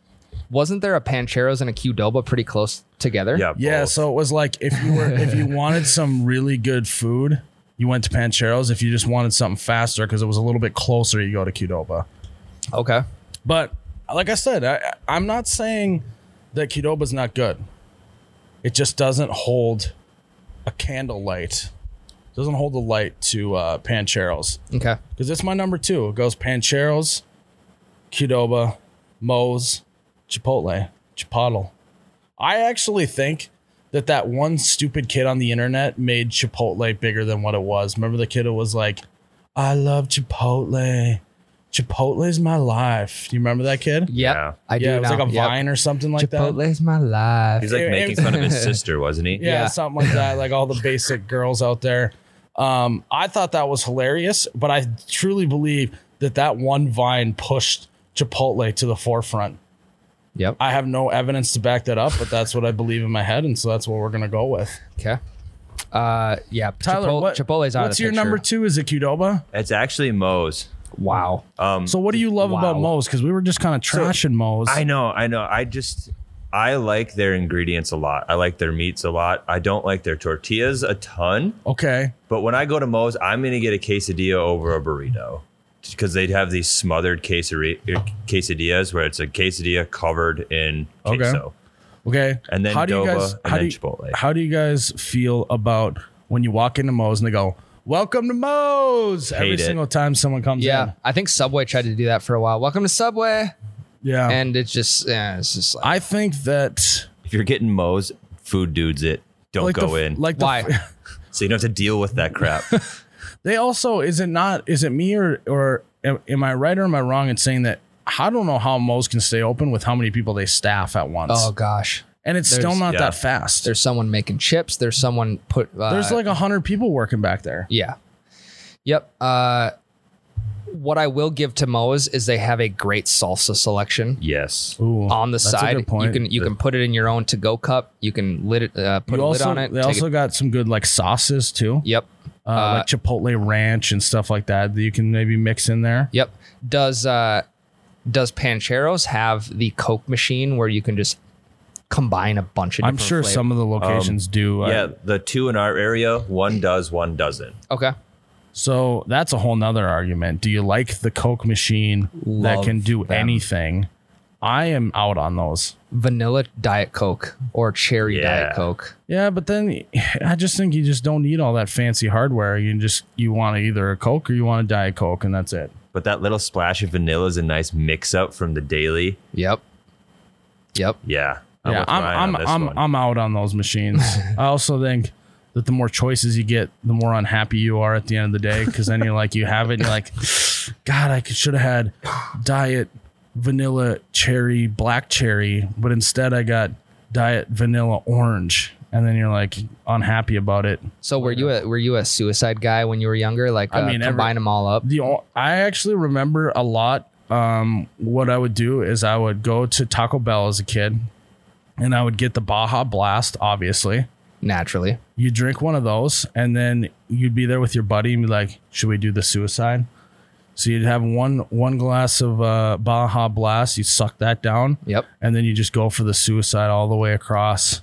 S2: wasn't there a Pancheros and a Qdoba pretty close together?
S5: Yeah.
S1: Yeah,
S5: both.
S1: so it was like if you were if you wanted some really good food, you went to Pancheros. If you just wanted something faster because it was a little bit closer, you go to Qdoba.
S2: Okay.
S1: But like I said, I, I'm not saying that Qdoba's not good. It just doesn't hold a candle light. Doesn't hold the light to uh, Pancheros
S2: Okay.
S1: because it's my number two. It goes Pancheros, Qdoba, Moe's, Chipotle, Chipotle. I actually think that that one stupid kid on the internet made Chipotle bigger than what it was. Remember the kid who was like, "I love Chipotle. Chipotle's my life." Do you remember that kid?
S2: Yep.
S5: Yeah.
S2: I do.
S1: yeah, it was
S2: now.
S1: like a
S2: Yep.
S1: vine or something like that.
S2: Chipotle's my life.
S5: He's like
S1: it-
S5: making
S1: it-
S5: fun of
S1: *laughs*
S5: his sister, wasn't he?
S1: yeah,
S2: Yeah.
S1: something like that. Like all *laughs* the basic girls out there. Um, I thought that was hilarious, but I truly believe that that one vine pushed Chipotle to the forefront.
S2: Yep.
S5: "Ah."
S1: I have no evidence to back that up, but that's what I believe in my head, and so that's what we're gonna go with.
S2: Okay. Uh, yeah.
S1: Tyler,
S2: Chipotle,
S1: what,
S2: Chipotle's out
S1: what's
S2: of the
S1: your
S2: picture.
S1: number two? Is it Qdoba?
S5: It's actually Moe's.
S2: Wow.
S1: So what do you love about
S2: Wow.
S1: Moe's? Because we were just kind of trashing Moe's.
S5: I know, I know. I just I like their ingredients a lot. I like their meats a lot. I don't like their tortillas a ton.
S1: okay,
S5: But when I go to Moe's, I'm going to get a quesadilla over a burrito because they'd have these smothered quesari- er, quesadillas where it's a quesadilla covered in
S1: Okay.
S5: queso.
S1: okay.
S5: And then
S1: do you
S5: Doba,
S1: guys
S5: and
S1: how
S5: then
S1: do you,
S5: Chipotle.
S1: how do you guys feel about when you walk into Moe's and they go, "Welcome to Moe's" every
S5: Hate it.
S1: single time someone comes
S2: Yeah. I think Subway tried to do that for a while. Welcome to Subway.
S1: in? Yeah,
S5: Oh.
S2: And it's just, yeah, it's just like,
S1: I think that
S5: If you're getting Moe's, food dudes it. Don't
S1: like
S5: go
S1: the,
S5: in.
S1: like
S2: why?
S1: the *laughs*
S5: so you don't have to deal with that crap.
S1: they also is it not is it me or or am, am I right or am I wrong in saying that I don't know how Moe's can stay open with how many people they staff at once,
S2: oh, gosh.
S1: and it's still
S2: there's-
S1: not
S5: yeah.
S1: that fast.
S2: There's someone making chips. There's someone put. Uh,
S1: There's like a hundred people working back there.
S2: Yeah. Yep. Uh, what I will give to Moe's is they have a great salsa selection
S5: yes.
S1: Ooh,
S2: on the
S1: that's a
S2: side.
S1: good point.
S2: You can you can put it in your own to go cup. You can lid it, uh, put
S1: You
S2: a
S1: also,
S2: lid on it.
S1: They
S2: take
S1: also
S2: it-
S1: got some good like sauces too,
S2: Yep.
S1: uh, like chipotle ranch and stuff like that that you can maybe mix in there.
S2: Yep. Does uh does Pancheros have the Coke machine where you can just combine a bunch of
S1: I'm
S2: different Um,
S1: sure
S2: flavors?
S1: some of the locations do. uh,
S5: Yeah, the two in our area, one does, one doesn't.
S2: Okay.
S1: So that's a whole nother argument. Do you like the Coke machine that
S2: Love
S1: can do
S2: them.
S1: anything? I am out on those.
S2: Vanilla Diet Coke or cherry
S5: Yeah.
S2: Diet Coke.
S1: Yeah, but then *sighs* I just think you just don't need all that fancy hardware. You just you want either a Coke or you want a Diet Coke, and that's it.
S5: But that little splash of vanilla is a nice mix up from the daily.
S2: Yep. Yep.
S5: Yeah.
S1: yeah,
S5: with Ryan on
S1: I'm I'm
S5: this
S1: I'm,
S5: one.
S1: I'm out on those
S5: *laughs*
S1: machines. I also think that the more choices you get, the more unhappy you are at the end of the day. Because then you're like, you have it, and you're
S5: *laughs*
S1: like, God, I could should have had diet vanilla cherry black cherry, but instead I got diet vanilla orange, and then you're like unhappy about it.
S2: So were you a were you a suicide guy when you were younger? Like uh,
S1: I mean, every-
S2: combine them all up.
S1: the o- I actually remember a lot. Um, what I would do is I would go to Taco Bell as a kid, and I would get the Baja Blast. Obviously,
S2: Naturally.
S1: you drink one of those, and then you'd be there with your buddy and be like, "Should we do the suicide?" So you'd have one one glass of uh, Baja Blast. You suck that down,
S2: Yep.
S1: and then you just go for the suicide all the way across.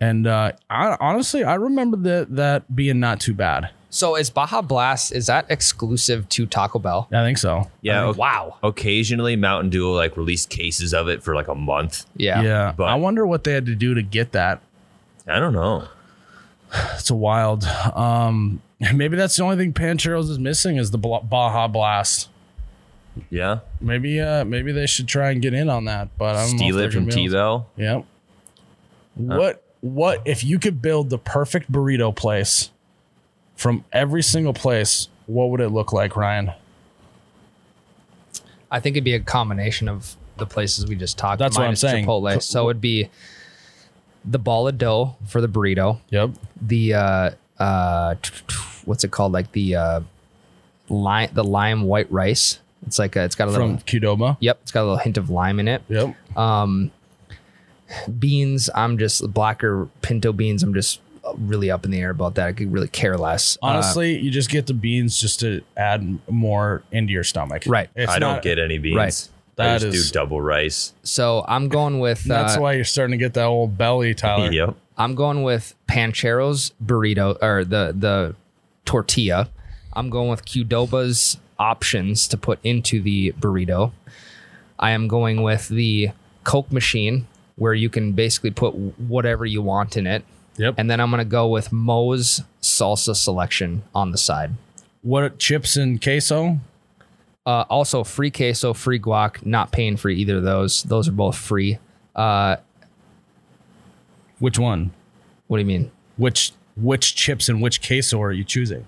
S1: And uh, I, honestly, I remember that that being not too bad.
S2: So is Baja Blast is that exclusive to Taco Bell?
S1: I think so.
S5: yeah. o-
S2: Wow.
S5: Occasionally, Mountain Dew will like release cases of it for like a month.
S2: Yeah.
S1: Yeah,
S5: But-
S1: I wonder what they had to do to get that.
S5: I don't know.
S1: It's a wild. Um, maybe that's the only thing Pancheros is missing is the Bla- Baja Blast.
S5: Yeah.
S1: Maybe, uh, maybe they should try and get in on that. But I don't
S5: Steal
S1: know
S5: it
S1: if they're
S5: from
S1: gonna be
S5: T
S1: able to-
S5: Bell.
S1: Yep. What what if you could build the perfect burrito place from every single place? What would it look like, Ryan?
S2: I think it'd be a combination of the places we just talked.
S1: That's what I'm
S2: minus
S1: saying.
S2: Chipotle. So it'd be the ball of dough for the burrito.
S1: Yep.
S2: The uh, uh, t- t- what's it called? Like the uh, lime, the lime white rice. It's like a, it's got a little.
S1: From Qdoba.
S2: Yep, it's got a little hint of lime in it.
S1: Yep.
S2: Beans, I'm just black or pinto beans. I'm just really up in the air about that. I could really care less. Uh,
S1: Honestly, you just get the beans just to add m- more into your stomach.
S2: Right.
S1: It's
S5: I don't
S1: not-
S5: get any beans.
S2: Right.
S5: I
S1: That
S5: just
S1: is-
S5: do double rice.
S2: so I'm going with
S1: That's
S2: uh,
S1: why you're starting to get that old belly, Tyler.
S5: Yep.
S2: I'm going with Pancheros burrito or the the tortilla. I'm going with Qdoba's options to put into the burrito. I am going with the Coke machine where you can basically put whatever you want in it.
S1: Yep.
S2: And then I'm going to go with Moe's salsa selection on the side.
S1: What chips and queso?
S2: Uh, also, free queso, free guac, not paying for either of those. Those are both free. Uh,
S1: Which one?
S2: what do you mean?
S1: Which which chips and which queso are you choosing?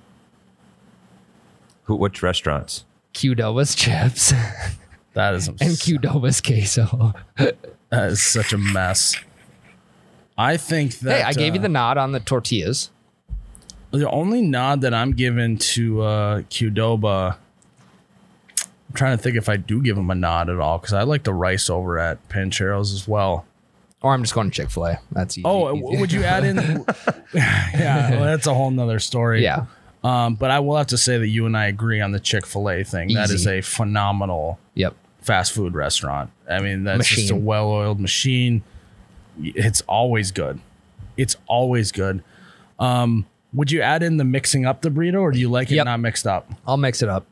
S5: Who? Which restaurants?
S2: Qdoba's *laughs* chips
S1: That is
S2: and Qdoba's queso.
S1: That is such a mess. I think that
S2: hey, I gave you
S1: uh,
S2: the nod on the tortillas.
S1: the only nod that I'm giving to uh Qdoba I'm trying to think if I do give them a nod at all because I like the rice over at Pancheros as well.
S2: Or I'm just going to Chick Fil A. That's easy.
S1: Oh,
S2: easy.
S1: would you add in? *laughs* yeah, well, that's a whole nother story.
S2: Yeah.
S1: Um, but I will have to say that you and I agree on the Chick Fil A thing. That is
S2: Easy.
S1: a phenomenal
S2: *laughs* Yep.
S1: fast food restaurant. I mean, that's just a
S2: Machine.
S1: well oiled machine. It's always good. It's always good. Um, would you add in the mixing up the burrito, or do you like it
S2: Yep.
S1: not mixed up?
S2: I'll mix it up.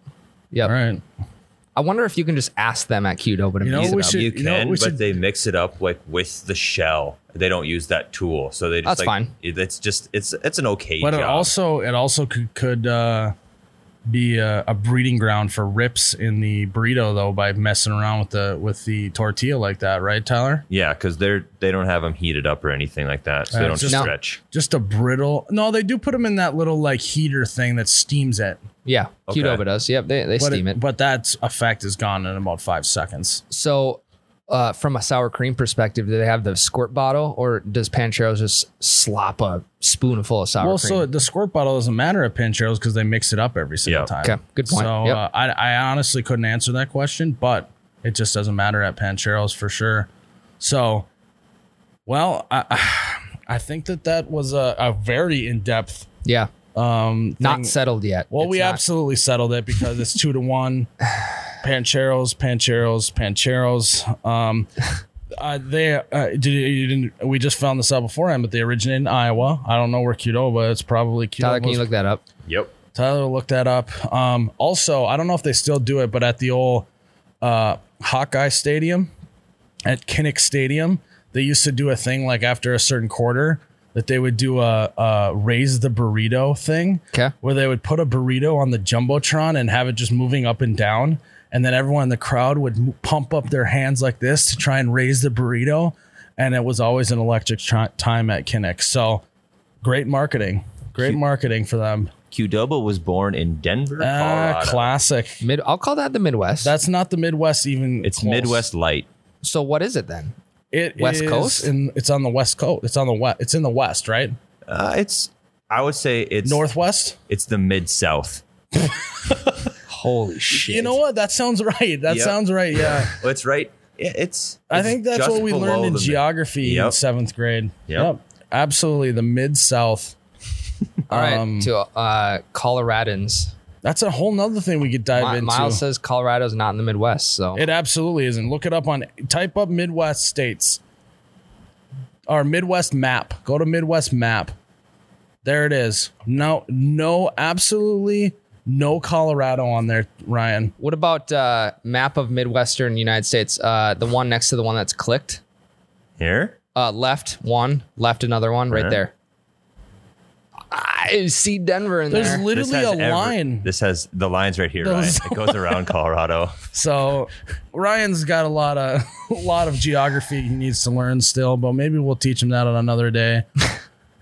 S2: Yep.
S1: All right.
S2: I wonder if you can just ask them at Qdo, but
S1: You know,
S2: mix it
S1: we
S2: up.
S1: should-
S5: you
S1: you know what
S5: can,
S1: we
S5: but
S1: should-
S5: they mix it up like with the shell. They don't use that tool, so they just
S2: That's
S5: like
S2: fine.
S5: it- it's just it's it's an okay
S1: But
S5: job.
S1: it also it also could, could uh, be a, a breeding ground for rips in the burrito though by messing around with the with the tortilla like that, right, Tyler?
S5: yeah, because they're they don't have them heated up or anything like that, so
S1: Yeah,
S5: they don't
S1: it's just-
S2: No.
S5: stretch.
S1: Just a brittle. No, they do put them in that little like heater thing that steams it.
S2: Yeah,
S5: Okay.
S2: Qdoba does. Yep, they, they
S1: But
S2: steam it.
S1: But that effect is gone in about five seconds.
S2: So, uh, from a sour cream perspective, do they have the squirt bottle, or does Pancheros just slop a spoonful of sour
S1: well,
S2: cream?
S1: so the squirt bottle doesn't matter at Pincheros because they mix it up every single
S5: Yeah.
S1: time.
S2: Okay, good point.
S1: So
S2: Yep.
S1: uh, I, I honestly couldn't answer that question, but it just doesn't matter at Pancheros for sure. So, well, I I think that that was a, a very in depth.
S2: yeah,
S1: Um,
S2: not
S1: thing.
S2: settled yet.
S1: well,
S2: It's
S1: we
S2: not-
S1: absolutely settled it because it's two to
S2: *sighs*
S1: one. Pancheros, Pancheros, Pancheros. Um, uh, they uh, did you didn't. We just found this out beforehand, but they originated in Iowa. I don't know where Qdoba. It's probably Qdoba.
S2: Tyler, can you look that up?
S5: Yep.
S1: Tyler looked that up. Um, also, I don't know if they still do it, but at the old uh, Hawkeye Stadium, at Kinnick Stadium, they used to do a thing like after a certain quarter that they would do a, a raise the burrito thing,
S2: 'Kay.
S1: where they would put a burrito on the jumbotron and have it just moving up and down, and then everyone in the crowd would m- pump up their hands like this to try and raise the burrito, and it was always an electric tri- time at Kinnick. So, great marketing, great marketing for them.
S5: Qdoba was born in Denver, Colorado.
S1: Ah, classic.
S2: Mid, I'll call that the Midwest.
S1: That's not the Midwest even.
S5: it's
S1: close.
S5: Midwest light.
S2: so, what is it then?
S1: It
S2: West
S1: is
S2: Coast?
S1: in- it's on the West Coast. It's on the west. It's in the West, right?
S5: Uh, it's I would say it's
S1: Northwest.
S5: It's the mid south.
S2: Holy shit!
S1: You know what? That sounds *laughs* right. That
S5: Yep.
S1: sounds right. Yeah.
S5: *laughs* Well, it's right. It- It's,
S1: I
S5: it's
S1: think that's
S5: just
S1: what we
S5: below
S1: learned in
S5: the mid-
S1: geography in
S5: Yep.
S1: seventh grade.
S5: Yep.
S1: Absolutely. The Mid South.
S2: All right,
S1: um,
S2: to uh, Coloradans.
S1: That's a whole nother thing we could dive
S2: Mi-
S1: into.
S2: Miles says Colorado's not in the Midwest, so
S1: It absolutely isn't. Look it up on type up Midwest states or Midwest map. Go to Midwest map. There it is. No, no, absolutely no Colorado on there, Ryan.
S2: What about uh, map of Midwestern United States? Uh, the one next to the one that's clicked.
S5: Here?
S2: Uh, left one, left another one, right
S5: Yeah.
S2: there. I see Denver in
S1: There's
S2: there.
S5: This
S1: literally a
S5: has every-
S1: line.
S5: This has the lines right here, Ryan.
S1: Those-
S5: It
S1: *laughs*
S5: goes around Colorado.
S1: So Ryan's got a lot of *laughs* a lot of geography he needs to learn still, but maybe we'll teach him that on another *laughs* day.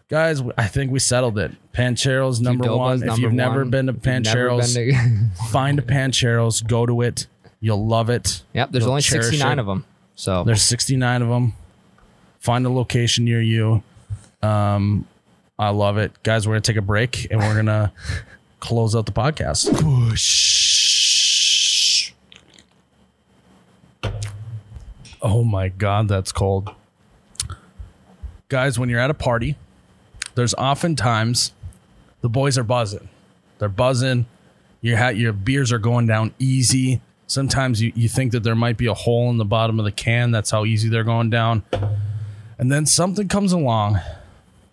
S1: Guys, I think we settled it. Pancheros number
S2: Qdoba's
S1: one. if
S2: number
S1: you've never
S2: one.
S1: been to
S2: If you've never
S1: Pancheros,
S2: been to- *laughs*
S1: find a Pancheros, go to it. You'll love it.
S2: yep, there's
S1: You'll
S2: only
S1: cherish
S2: 69
S1: it.
S2: of them. So
S1: There's 69 of them. Find a location near you. Um, I love it, guys. We're gonna take a break and we're gonna *laughs* close out the podcast. Oh my god, that's cold, guys. When you're at a party, there's oftentimes the boys are buzzing. They're buzzing. Your hat, your beers are going down easy. Sometimes you, you think that there might be a hole in the bottom of the can. That's how easy they're going down. And then something comes along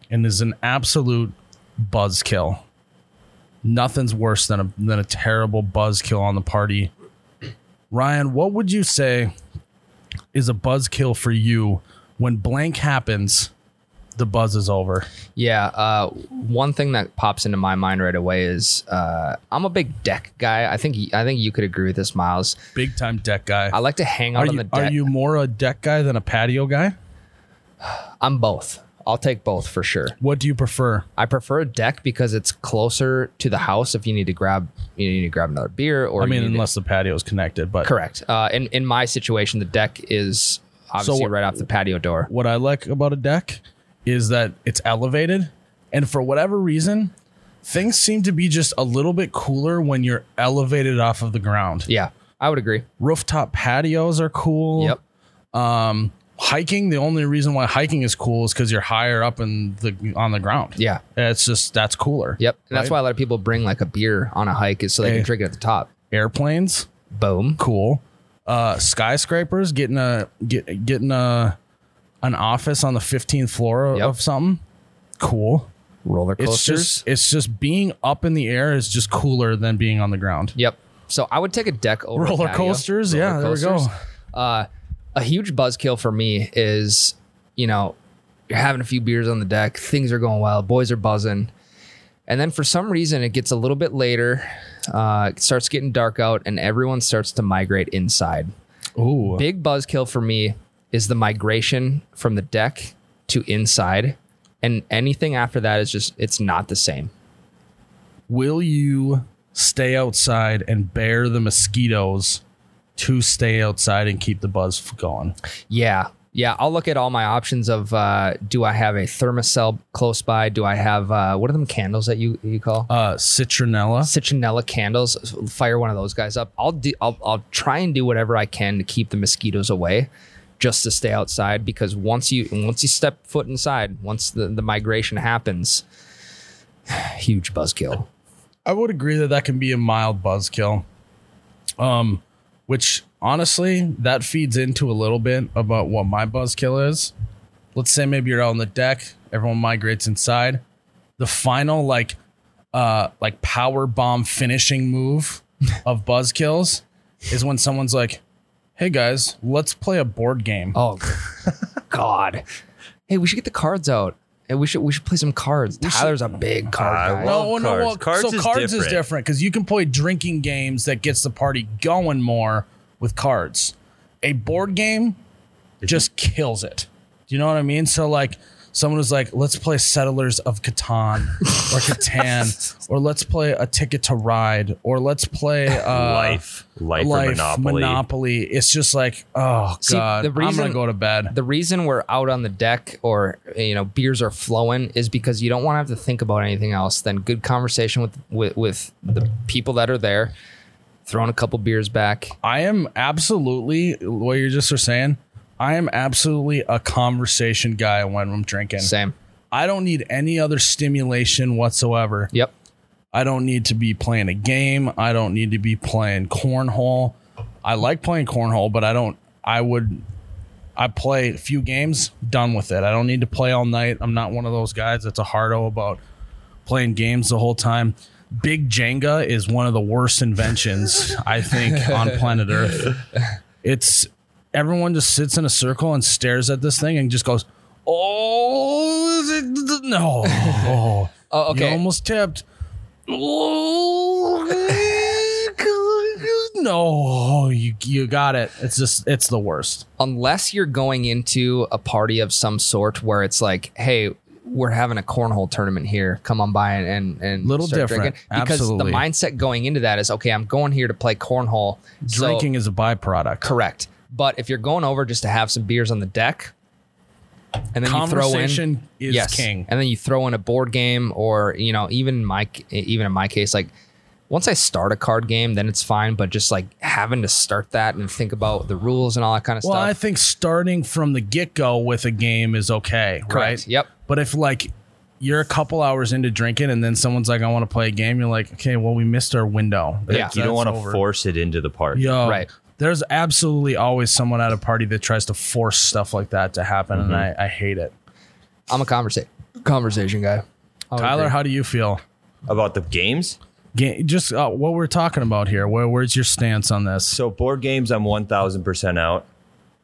S1: and is an absolute buzzkill. Nothing's worse than a than a terrible buzzkill on the party. Ryan, what would you say is a buzzkill for you when blank happens? The buzz is over.
S2: Yeah. Uh, one thing that pops into my mind right away is uh, I'm a big deck guy. I think I think you could agree with this, Miles.
S1: Big time deck guy.
S2: I like to hang out
S1: Are
S2: on
S1: you,
S2: the deck.
S1: are you more a deck guy than a patio guy?
S2: I'm both. I'll take both for sure.
S1: What do you prefer?
S2: I prefer a deck because it's closer to the house. If you need to grab, you need to grab another beer, or
S1: I
S2: you
S1: mean,
S2: need to-
S1: unless the patio is connected, but
S2: correct. Uh, in in my situation, the deck is obviously
S1: So-
S2: right off the patio door.
S1: what I like about a deck is that it's elevated, and for whatever reason, things seem to be just a little bit cooler when you're elevated off of the ground.
S2: Yeah, I would agree.
S1: Rooftop patios are cool.
S2: Yep.
S1: Hiking, the only reason why hiking is cool is because you're higher up in the on the ground.
S2: Yeah.
S1: It's just that's cooler.
S2: Yep. And that's
S1: Right?
S2: why a lot of people bring like a beer on a hike is so they
S1: Hey.
S2: can drink it at the top.
S1: Airplanes,
S2: Boom.
S1: cool. Uh skyscrapers, getting a get getting a an office on the 15th floor of-
S2: Yep.
S1: of something. Cool.
S2: Roller
S1: It's
S2: coasters.
S1: just it's just being up in the air is just cooler than being on the ground.
S2: Yep. So I would take a deck over a
S1: Roller
S2: patio.
S1: coasters, yeah, there we go.
S2: Uh, a huge buzzkill for me is, you know, you're having a few beers on the deck, things are going well, boys are buzzing, and then for some reason it gets a little bit later, uh, it starts getting dark out, and everyone starts to migrate inside.
S1: Ooh.
S2: Big buzzkill for me is the migration from the deck to inside, and anything after that is just it's not the same.
S1: will you stay outside and bear the mosquitoes to stay outside and keep the buzz f- going?
S2: Yeah. Yeah. I'll look at all my options of uh, do I have a thermocell close by? Do I have uh, what are them candles that you you call?
S1: Uh, citronella.
S2: Citronella candles. Fire one of those guys up. I'll do. I'll, I'll try and do whatever I can to keep the mosquitoes away, just to stay outside. Because once you once you step foot inside, once the, the migration happens, *sighs* huge buzzkill.
S1: I would agree that that can be a mild buzzkill. Um, which honestly, that feeds into a little bit about what my buzzkill is. Let's say maybe you're out on the deck, everyone migrates inside. The final like uh like power bomb finishing move of buzzkills is when someone's like, "Hey guys, let's play a board game."
S2: *laughs* Oh God. Hey, we should get the cards out. And we should we should Uh, play some cards. Tyler's a big
S5: I
S2: card guy.
S5: love
S1: No, no,
S5: cards.
S1: well,
S5: Cards
S1: so
S5: is
S1: cards is
S5: different.
S1: different because you can play drinking games that gets the party going more with cards. A board game just kills it. Do you know what I mean? So like someone was like, let's play Settlers of Catan or
S5: *laughs*
S1: Catan, or let's play a Ticket to Ride, or let's play uh,
S5: life, life, or monopoly.
S1: Monopoly. It's just like, oh
S2: See,
S1: god,
S2: the
S1: I'm
S2: reason-
S1: gonna go to bed.
S2: the reason we're out on the deck or you know beers are flowing is because you don't want to have to think about anything else than good conversation with with, with the people that are there throwing a couple beers back
S1: I am absolutely what you just are saying. I am absolutely a conversation guy when I'm drinking.
S2: same
S1: I don't need any other stimulation whatsoever.
S2: yep
S1: I don't need to be playing a game. I don't need to be playing cornhole. I like playing cornhole, but I don't, I would, I play a few games, done with it. I don't need to play all night. I'm not one of those guys that's a hardo about playing games the whole time. Big Jenga is one of the worst inventions,
S2: *laughs*
S1: I think, on planet Earth. It's everyone just sits in a circle and stares at this thing and just goes, Oh, is it- no. Oh,
S2: *laughs* oh
S1: You
S2: okay
S1: almost tipped. *laughs* No, you you got it. It's just it's the worst.
S2: unless you're going into a party of some sort where it's like hey we're having a cornhole tournament here come on by and and, and
S1: Little
S2: start
S1: different.
S2: drinking. because
S1: Absolutely.
S2: the mindset going into that is okay i'm going here to play cornhole So-
S1: Drinking is a byproduct.
S2: Correct. But if you're going over just to have some beers on the deck, and then you throw in
S1: Conversation is king.
S2: and then you throw in a board game, or you know, even my even in my case, like once I start a card game, then it's fine. But just like having to start that and think about the rules and all that kind of
S1: Well, I
S2: stuff.
S1: think starting from the get go with a game is okay,
S2: Correct.
S1: right?
S2: Yep.
S1: But if like you're a couple hours into drinking and then someone's like, "I want to play a game," you're like, "Okay, well, we missed our window."
S2: Yeah.
S5: You don't want
S1: That's
S5: to
S1: over.
S5: force it into the party.
S1: Yo,
S2: Right.
S1: There's absolutely always someone at a party that tries to force stuff like that to happen,
S2: Mm-hmm.
S1: and I, I hate it.
S2: I'm a conversation conversation guy. I would
S1: Tyler,
S2: agree.
S1: how do you feel?
S5: About the games?
S1: Ga- just uh, what we're talking about here. Where, where's your stance on this?
S5: So board games, I'm 1,000% out.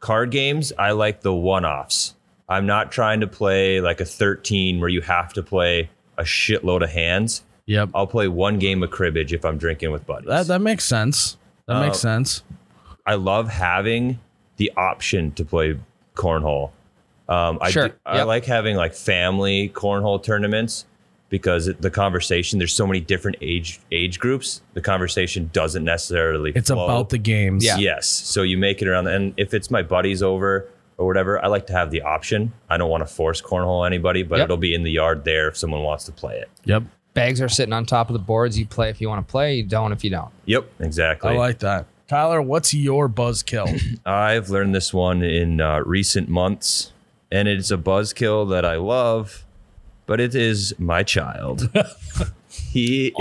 S5: Card games, I like the one-offs. I'm not trying to play like a 13 where you have to play a shitload of hands.
S1: yep,
S5: I'll play one game of cribbage if I'm drinking with buddies.
S1: that that makes sense. That makes
S2: Uh,
S1: sense.
S5: I love having the option to play cornhole. Um, I,
S2: Sure.
S5: do- I
S2: Yep.
S5: like having like family cornhole tournaments because it, the conversation there's so many different age age groups. The conversation doesn't necessarily.
S1: It's
S5: flow.
S1: about the games.
S2: Yeah.
S5: Yes. So you make it around. And if it's my buddies over or whatever, I like to have the option. I don't want to force cornhole on anybody, but
S2: Yep.
S5: it'll be in the yard there if someone wants to play it.
S1: Yep.
S2: bags are sitting on top of the boards. You play if you want to play. You don't if you don't.
S5: Yep. Exactly.
S1: I like that. Tyler, what's your
S5: *laughs*
S1: buzzkill?
S5: I've learned this one in uh, recent months, and it's a buzzkill that I love, but it is my child. he, *laughs*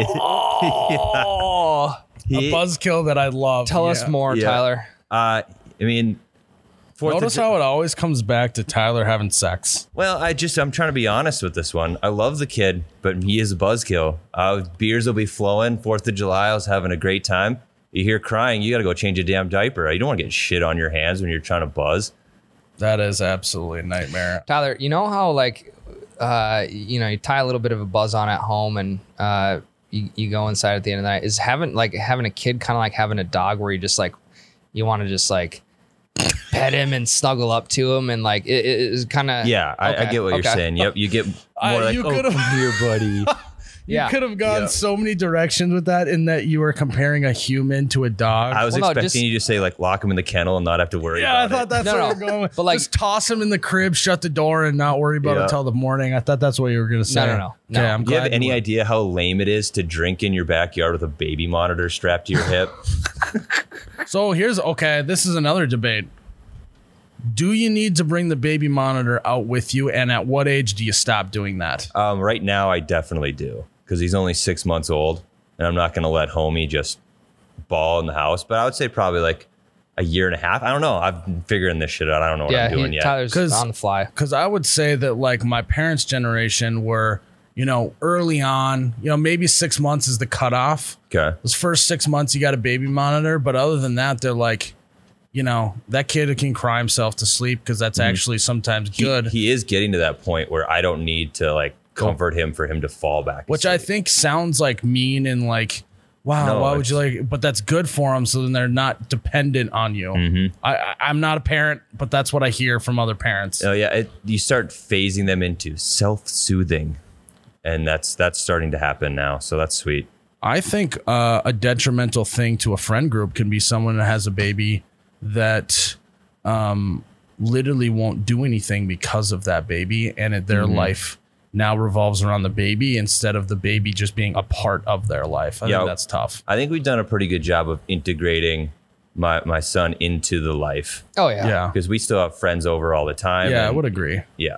S1: oh, a
S5: he
S1: buzzkill that I love.
S2: Tell us
S1: Yeah.
S2: more,
S5: Yeah.
S2: Tyler.
S5: uh, I mean, fourth of
S1: Notice
S5: Ju-
S1: how it always comes back to Tyler having sex.
S5: Well, I just I'm trying to be honest with this one. I love the kid, but he is a buzzkill. Uh, beers will be flowing. Fourth of July, I was having a great time. You hear crying, you got to go change a damn diaper. You don't want to get shit on your hands when you're trying to buzz.
S1: That is absolutely a nightmare.
S2: Tyler, you know how like uh, you know you tie a little bit of a buzz on at home and uh, you, you go inside at the end of the night. Is having like having a kid kind of like having a dog where you just like you want to just like pet him and snuggle up to him and like it, it is kind of
S5: Yeah, I, I
S2: Okay,
S5: get what
S2: okay.
S5: you're saying. Yep, you
S1: *laughs*
S5: get more
S1: I-
S5: like,
S1: you
S5: oh,
S1: could've- *laughs*
S5: come here, buddy.
S2: yeah.
S1: You could have gone
S5: Yeah.
S1: so many directions with that in that you were comparing a human to a dog.
S5: I was
S2: Well, no,
S5: expecting
S2: just-
S5: you to say like lock him in the kennel and not have to worry.
S1: yeah, I
S5: about
S1: thought that's
S2: No,
S1: where
S2: no.
S1: you're going. With.
S2: But, like-
S1: just toss him in the crib, shut the door, and not worry about
S5: Yeah.
S1: it till the morning. I thought that's what you were gonna say.
S2: no, no. No.
S1: Okay, I'm
S5: it. Do you
S1: glad
S5: have any
S1: were.
S5: idea how lame it is to drink in your backyard with a baby monitor strapped to
S1: *laughs*
S5: your hip?
S1: So here's okay. This is another debate. Do you need to bring the baby monitor out with you, and at what age do you stop doing that?
S5: Um, right now, I definitely do because he's only six months old, and I'm not going to let homie just ball in the house. But I would say probably like a year and a half. I don't know. I've been figuring this shit out. I don't know what
S2: yeah,
S5: I'm doing
S2: he,
S5: yet.
S2: Tyler's
S1: 'Cause-
S2: on the fly.
S1: because I would say that like my parents' generation were, you know, early on, you know, maybe six months is the cutoff.
S5: okay.
S1: Those first six months, you got a baby monitor, but other than that, they're like, you know, that kid can cry himself to sleep because that's actually sometimes
S5: He-
S1: good.
S5: He, is getting to that point where I don't need to like comfort him for him to fall back.
S1: which I
S5: asleep.
S1: think sounds like mean and like, wow,
S5: No,
S1: why would you
S5: it's-
S1: like? But that's good for them, so then they're not dependent on you.
S5: Mm-hmm.
S1: I, I, I'm not a parent, but that's what I hear from other parents.
S5: Oh yeah, it, you start phasing them into self-soothing, and that's that's starting to happen now. So that's sweet.
S1: I think uh, a detrimental thing to a friend group can be someone that has a baby that um, literally won't do anything because of that baby, and it,
S5: Mm-hmm.
S1: their life now revolves around the baby instead of the baby just being a part of their life. I
S5: Yeah.
S1: think that's tough.
S5: I think we've done a pretty good job of integrating my my son into the life
S2: Oh yeah.
S1: Yeah,
S5: because we still have friends over all the time.
S1: yeah, I
S5: and-
S1: would agree.
S5: Yeah.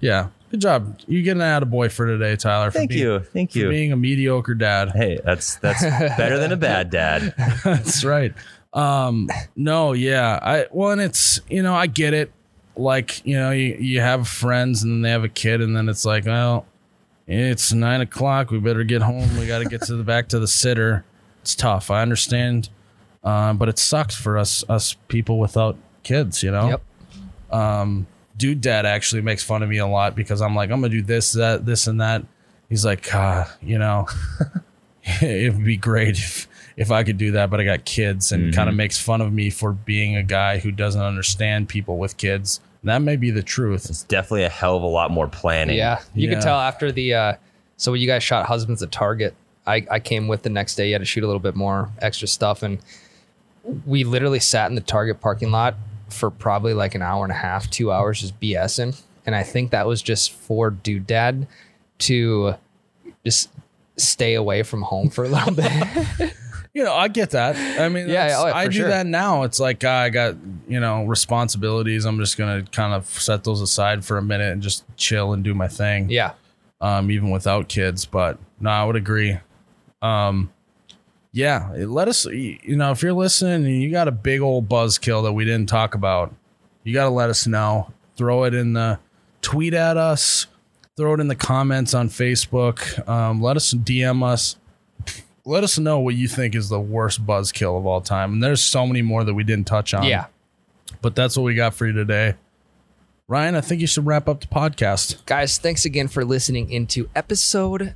S1: Yeah, good job. You get an attaboy for today, Tyler. For
S5: Thank
S1: being,
S5: you. Thank
S1: For
S5: you.
S1: being a mediocre dad. *laughs*
S5: hey, that's that's better than a bad dad.
S1: That's right. Um, no, yeah. I well, and it's you know I get it. Like you know you you have friends and they have a kid and then it's like well, it's nine o'clock. We better get home. We got to get to the back to the sitter. It's tough. I understand, uh, but it sucks for us us people without kids. You know. Um,
S2: Yep.
S1: dude dad actually makes fun of me a lot because I'm like, I'm gonna do this, that, this, and that. He's like, ah, you know, *laughs* it would be great if if I could do that, but I got kids and kind of makes fun of me for being a guy who doesn't understand people with kids. And that may be the truth.
S5: It's definitely a hell of a lot more planning.
S2: Yeah. You
S1: Yeah.
S2: can tell after the uh so when you guys shot husbands at Target, I, I came with the next day, you had to shoot a little bit more extra stuff and we literally sat in the Target parking lot for probably like an hour and a half, two hours just BSing. And I think that was just for dude dad to just stay away from home for a little bit.
S1: You know, I get that. I mean,
S2: Yeah,
S1: yeah,
S2: oh, yeah,
S1: I
S2: for
S1: do
S2: sure.
S1: that now. It's like ah, I got you know responsibilities. I'm just gonna kind of set those aside for a minute and just chill and do my thing.
S2: yeah.
S1: um, even without kids. But no, I would agree. Um, yeah, it- let us. You know, if you're listening and you got a big old buzzkill that we didn't talk about, you got to let us know. Throw it in the tweet at us. Throw it in the comments on Facebook. Um, let us DM us. Let us know what you think is the worst buzzkill of all time. And there's so many more that we didn't touch on.
S2: yeah.
S1: But that's what we got for you today. Ryan, I think you should wrap up the podcast.
S2: Guys, thanks again for listening into episode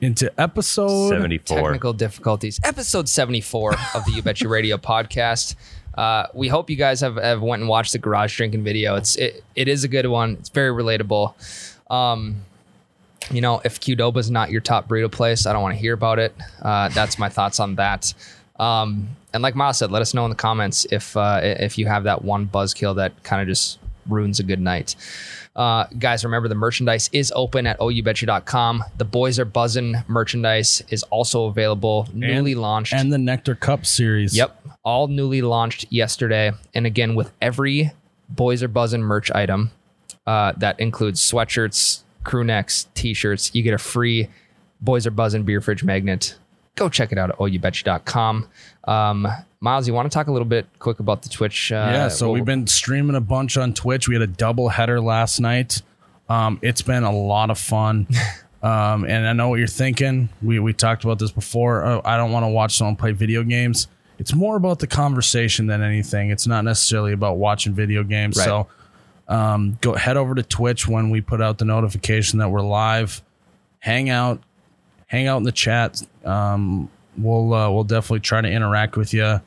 S1: Into episode
S5: Seventy-four.
S2: technical difficulties episode 74 of the you bet you radio podcast uh, we hope you guys have, have went and watched the garage drinking video it's it, it is a good one it's very relatable um, you know if qdoba's not your top burrito place i don't want to hear about it uh, that's my thoughts on that um, and like miles said let us know in the comments if uh, if you have that one buzzkill that kind of just ruins a good night. Uh, guys, remember the merchandise is open at oubetcha.com. The Boys Are Buzzin' merchandise is also available, newly launched.
S1: and the Nectar Cup series.
S2: Yep. All newly launched yesterday. And again, with every Boys Are Buzzin' merch item, uh, that includes sweatshirts, crew necks, t shirts, you get a free Boys Are Buzzin' beer fridge magnet. Go check it out at oubetcha.com. Um, Miles, you want to talk a little bit quick about the Twitch? Uh,
S1: Yeah, so
S2: what-
S1: we've been streaming a bunch on Twitch. We had a double header last night. Um, it's been a lot of
S2: *laughs*
S1: fun. Um, and I know what you're thinking. We, we talked about this before. Oh, I don't want to watch someone play video games. It's more about the conversation than anything. It's not necessarily about watching video games.
S2: Right.
S1: So um, go head over to Twitch when we put out the notification that we're live. Hang out, hang out in the chat. Um, we'll uh, we'll definitely try to interact with you.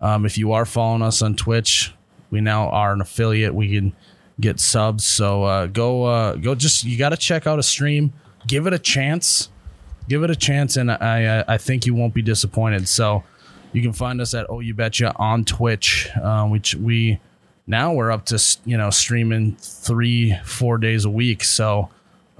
S1: Um, if you are following us on Twitch, we now are an affiliate. We can get subs. So uh, go uh, go. Just you got to check out a stream. Give it a chance. Give it a chance, and I uh, I think you won't be disappointed. So you can find us at Oh You Betcha on Twitch, um, which we now we're up to s- you know streaming three four days a week. So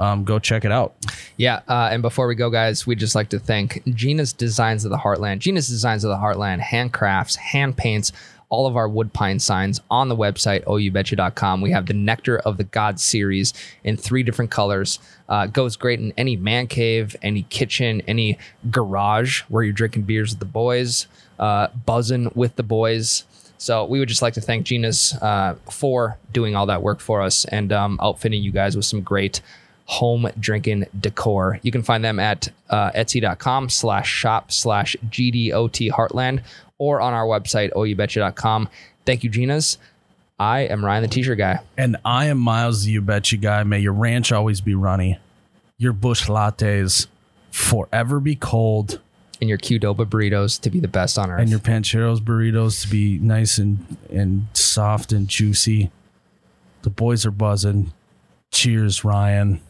S1: um, go check it out.
S2: Yeah, uh, and before we go, guys, we'd just like to thank Gina's Designs of the Heartland. Gina's Designs of the Heartland handcrafts, hand paints all of our wood pine signs on the website oubetcha.com. We have the Nectar of the God series in three different colors. Uh, goes great in any man cave, any kitchen, any garage where you're drinking beers with the boys, uh, buzzing with the boys. So we would just like to thank Gina's uh, for doing all that work for us and um, outfitting you guys with some great home drinking decor. You can find them at uh, etsy.com slash shop slash GDOT Heartland or on our website, oubetcha.com. Thank you, Gina's. I am Ryan the T-shirt guy.
S1: And I am Miles, the You Betcha guy. May your ranch always be runny, your bush lattes forever be cold,
S2: And your Qdoba burritos to be the best on earth.
S1: and your Pancheros burritos to be nice and, and soft and juicy. The boys are buzzing. Cheers, Ryan.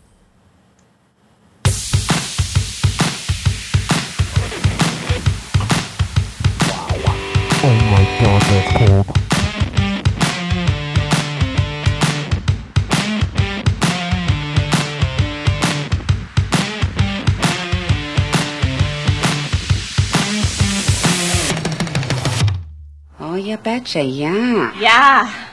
S4: Oh, you betcha, yeah.
S6: Yeah.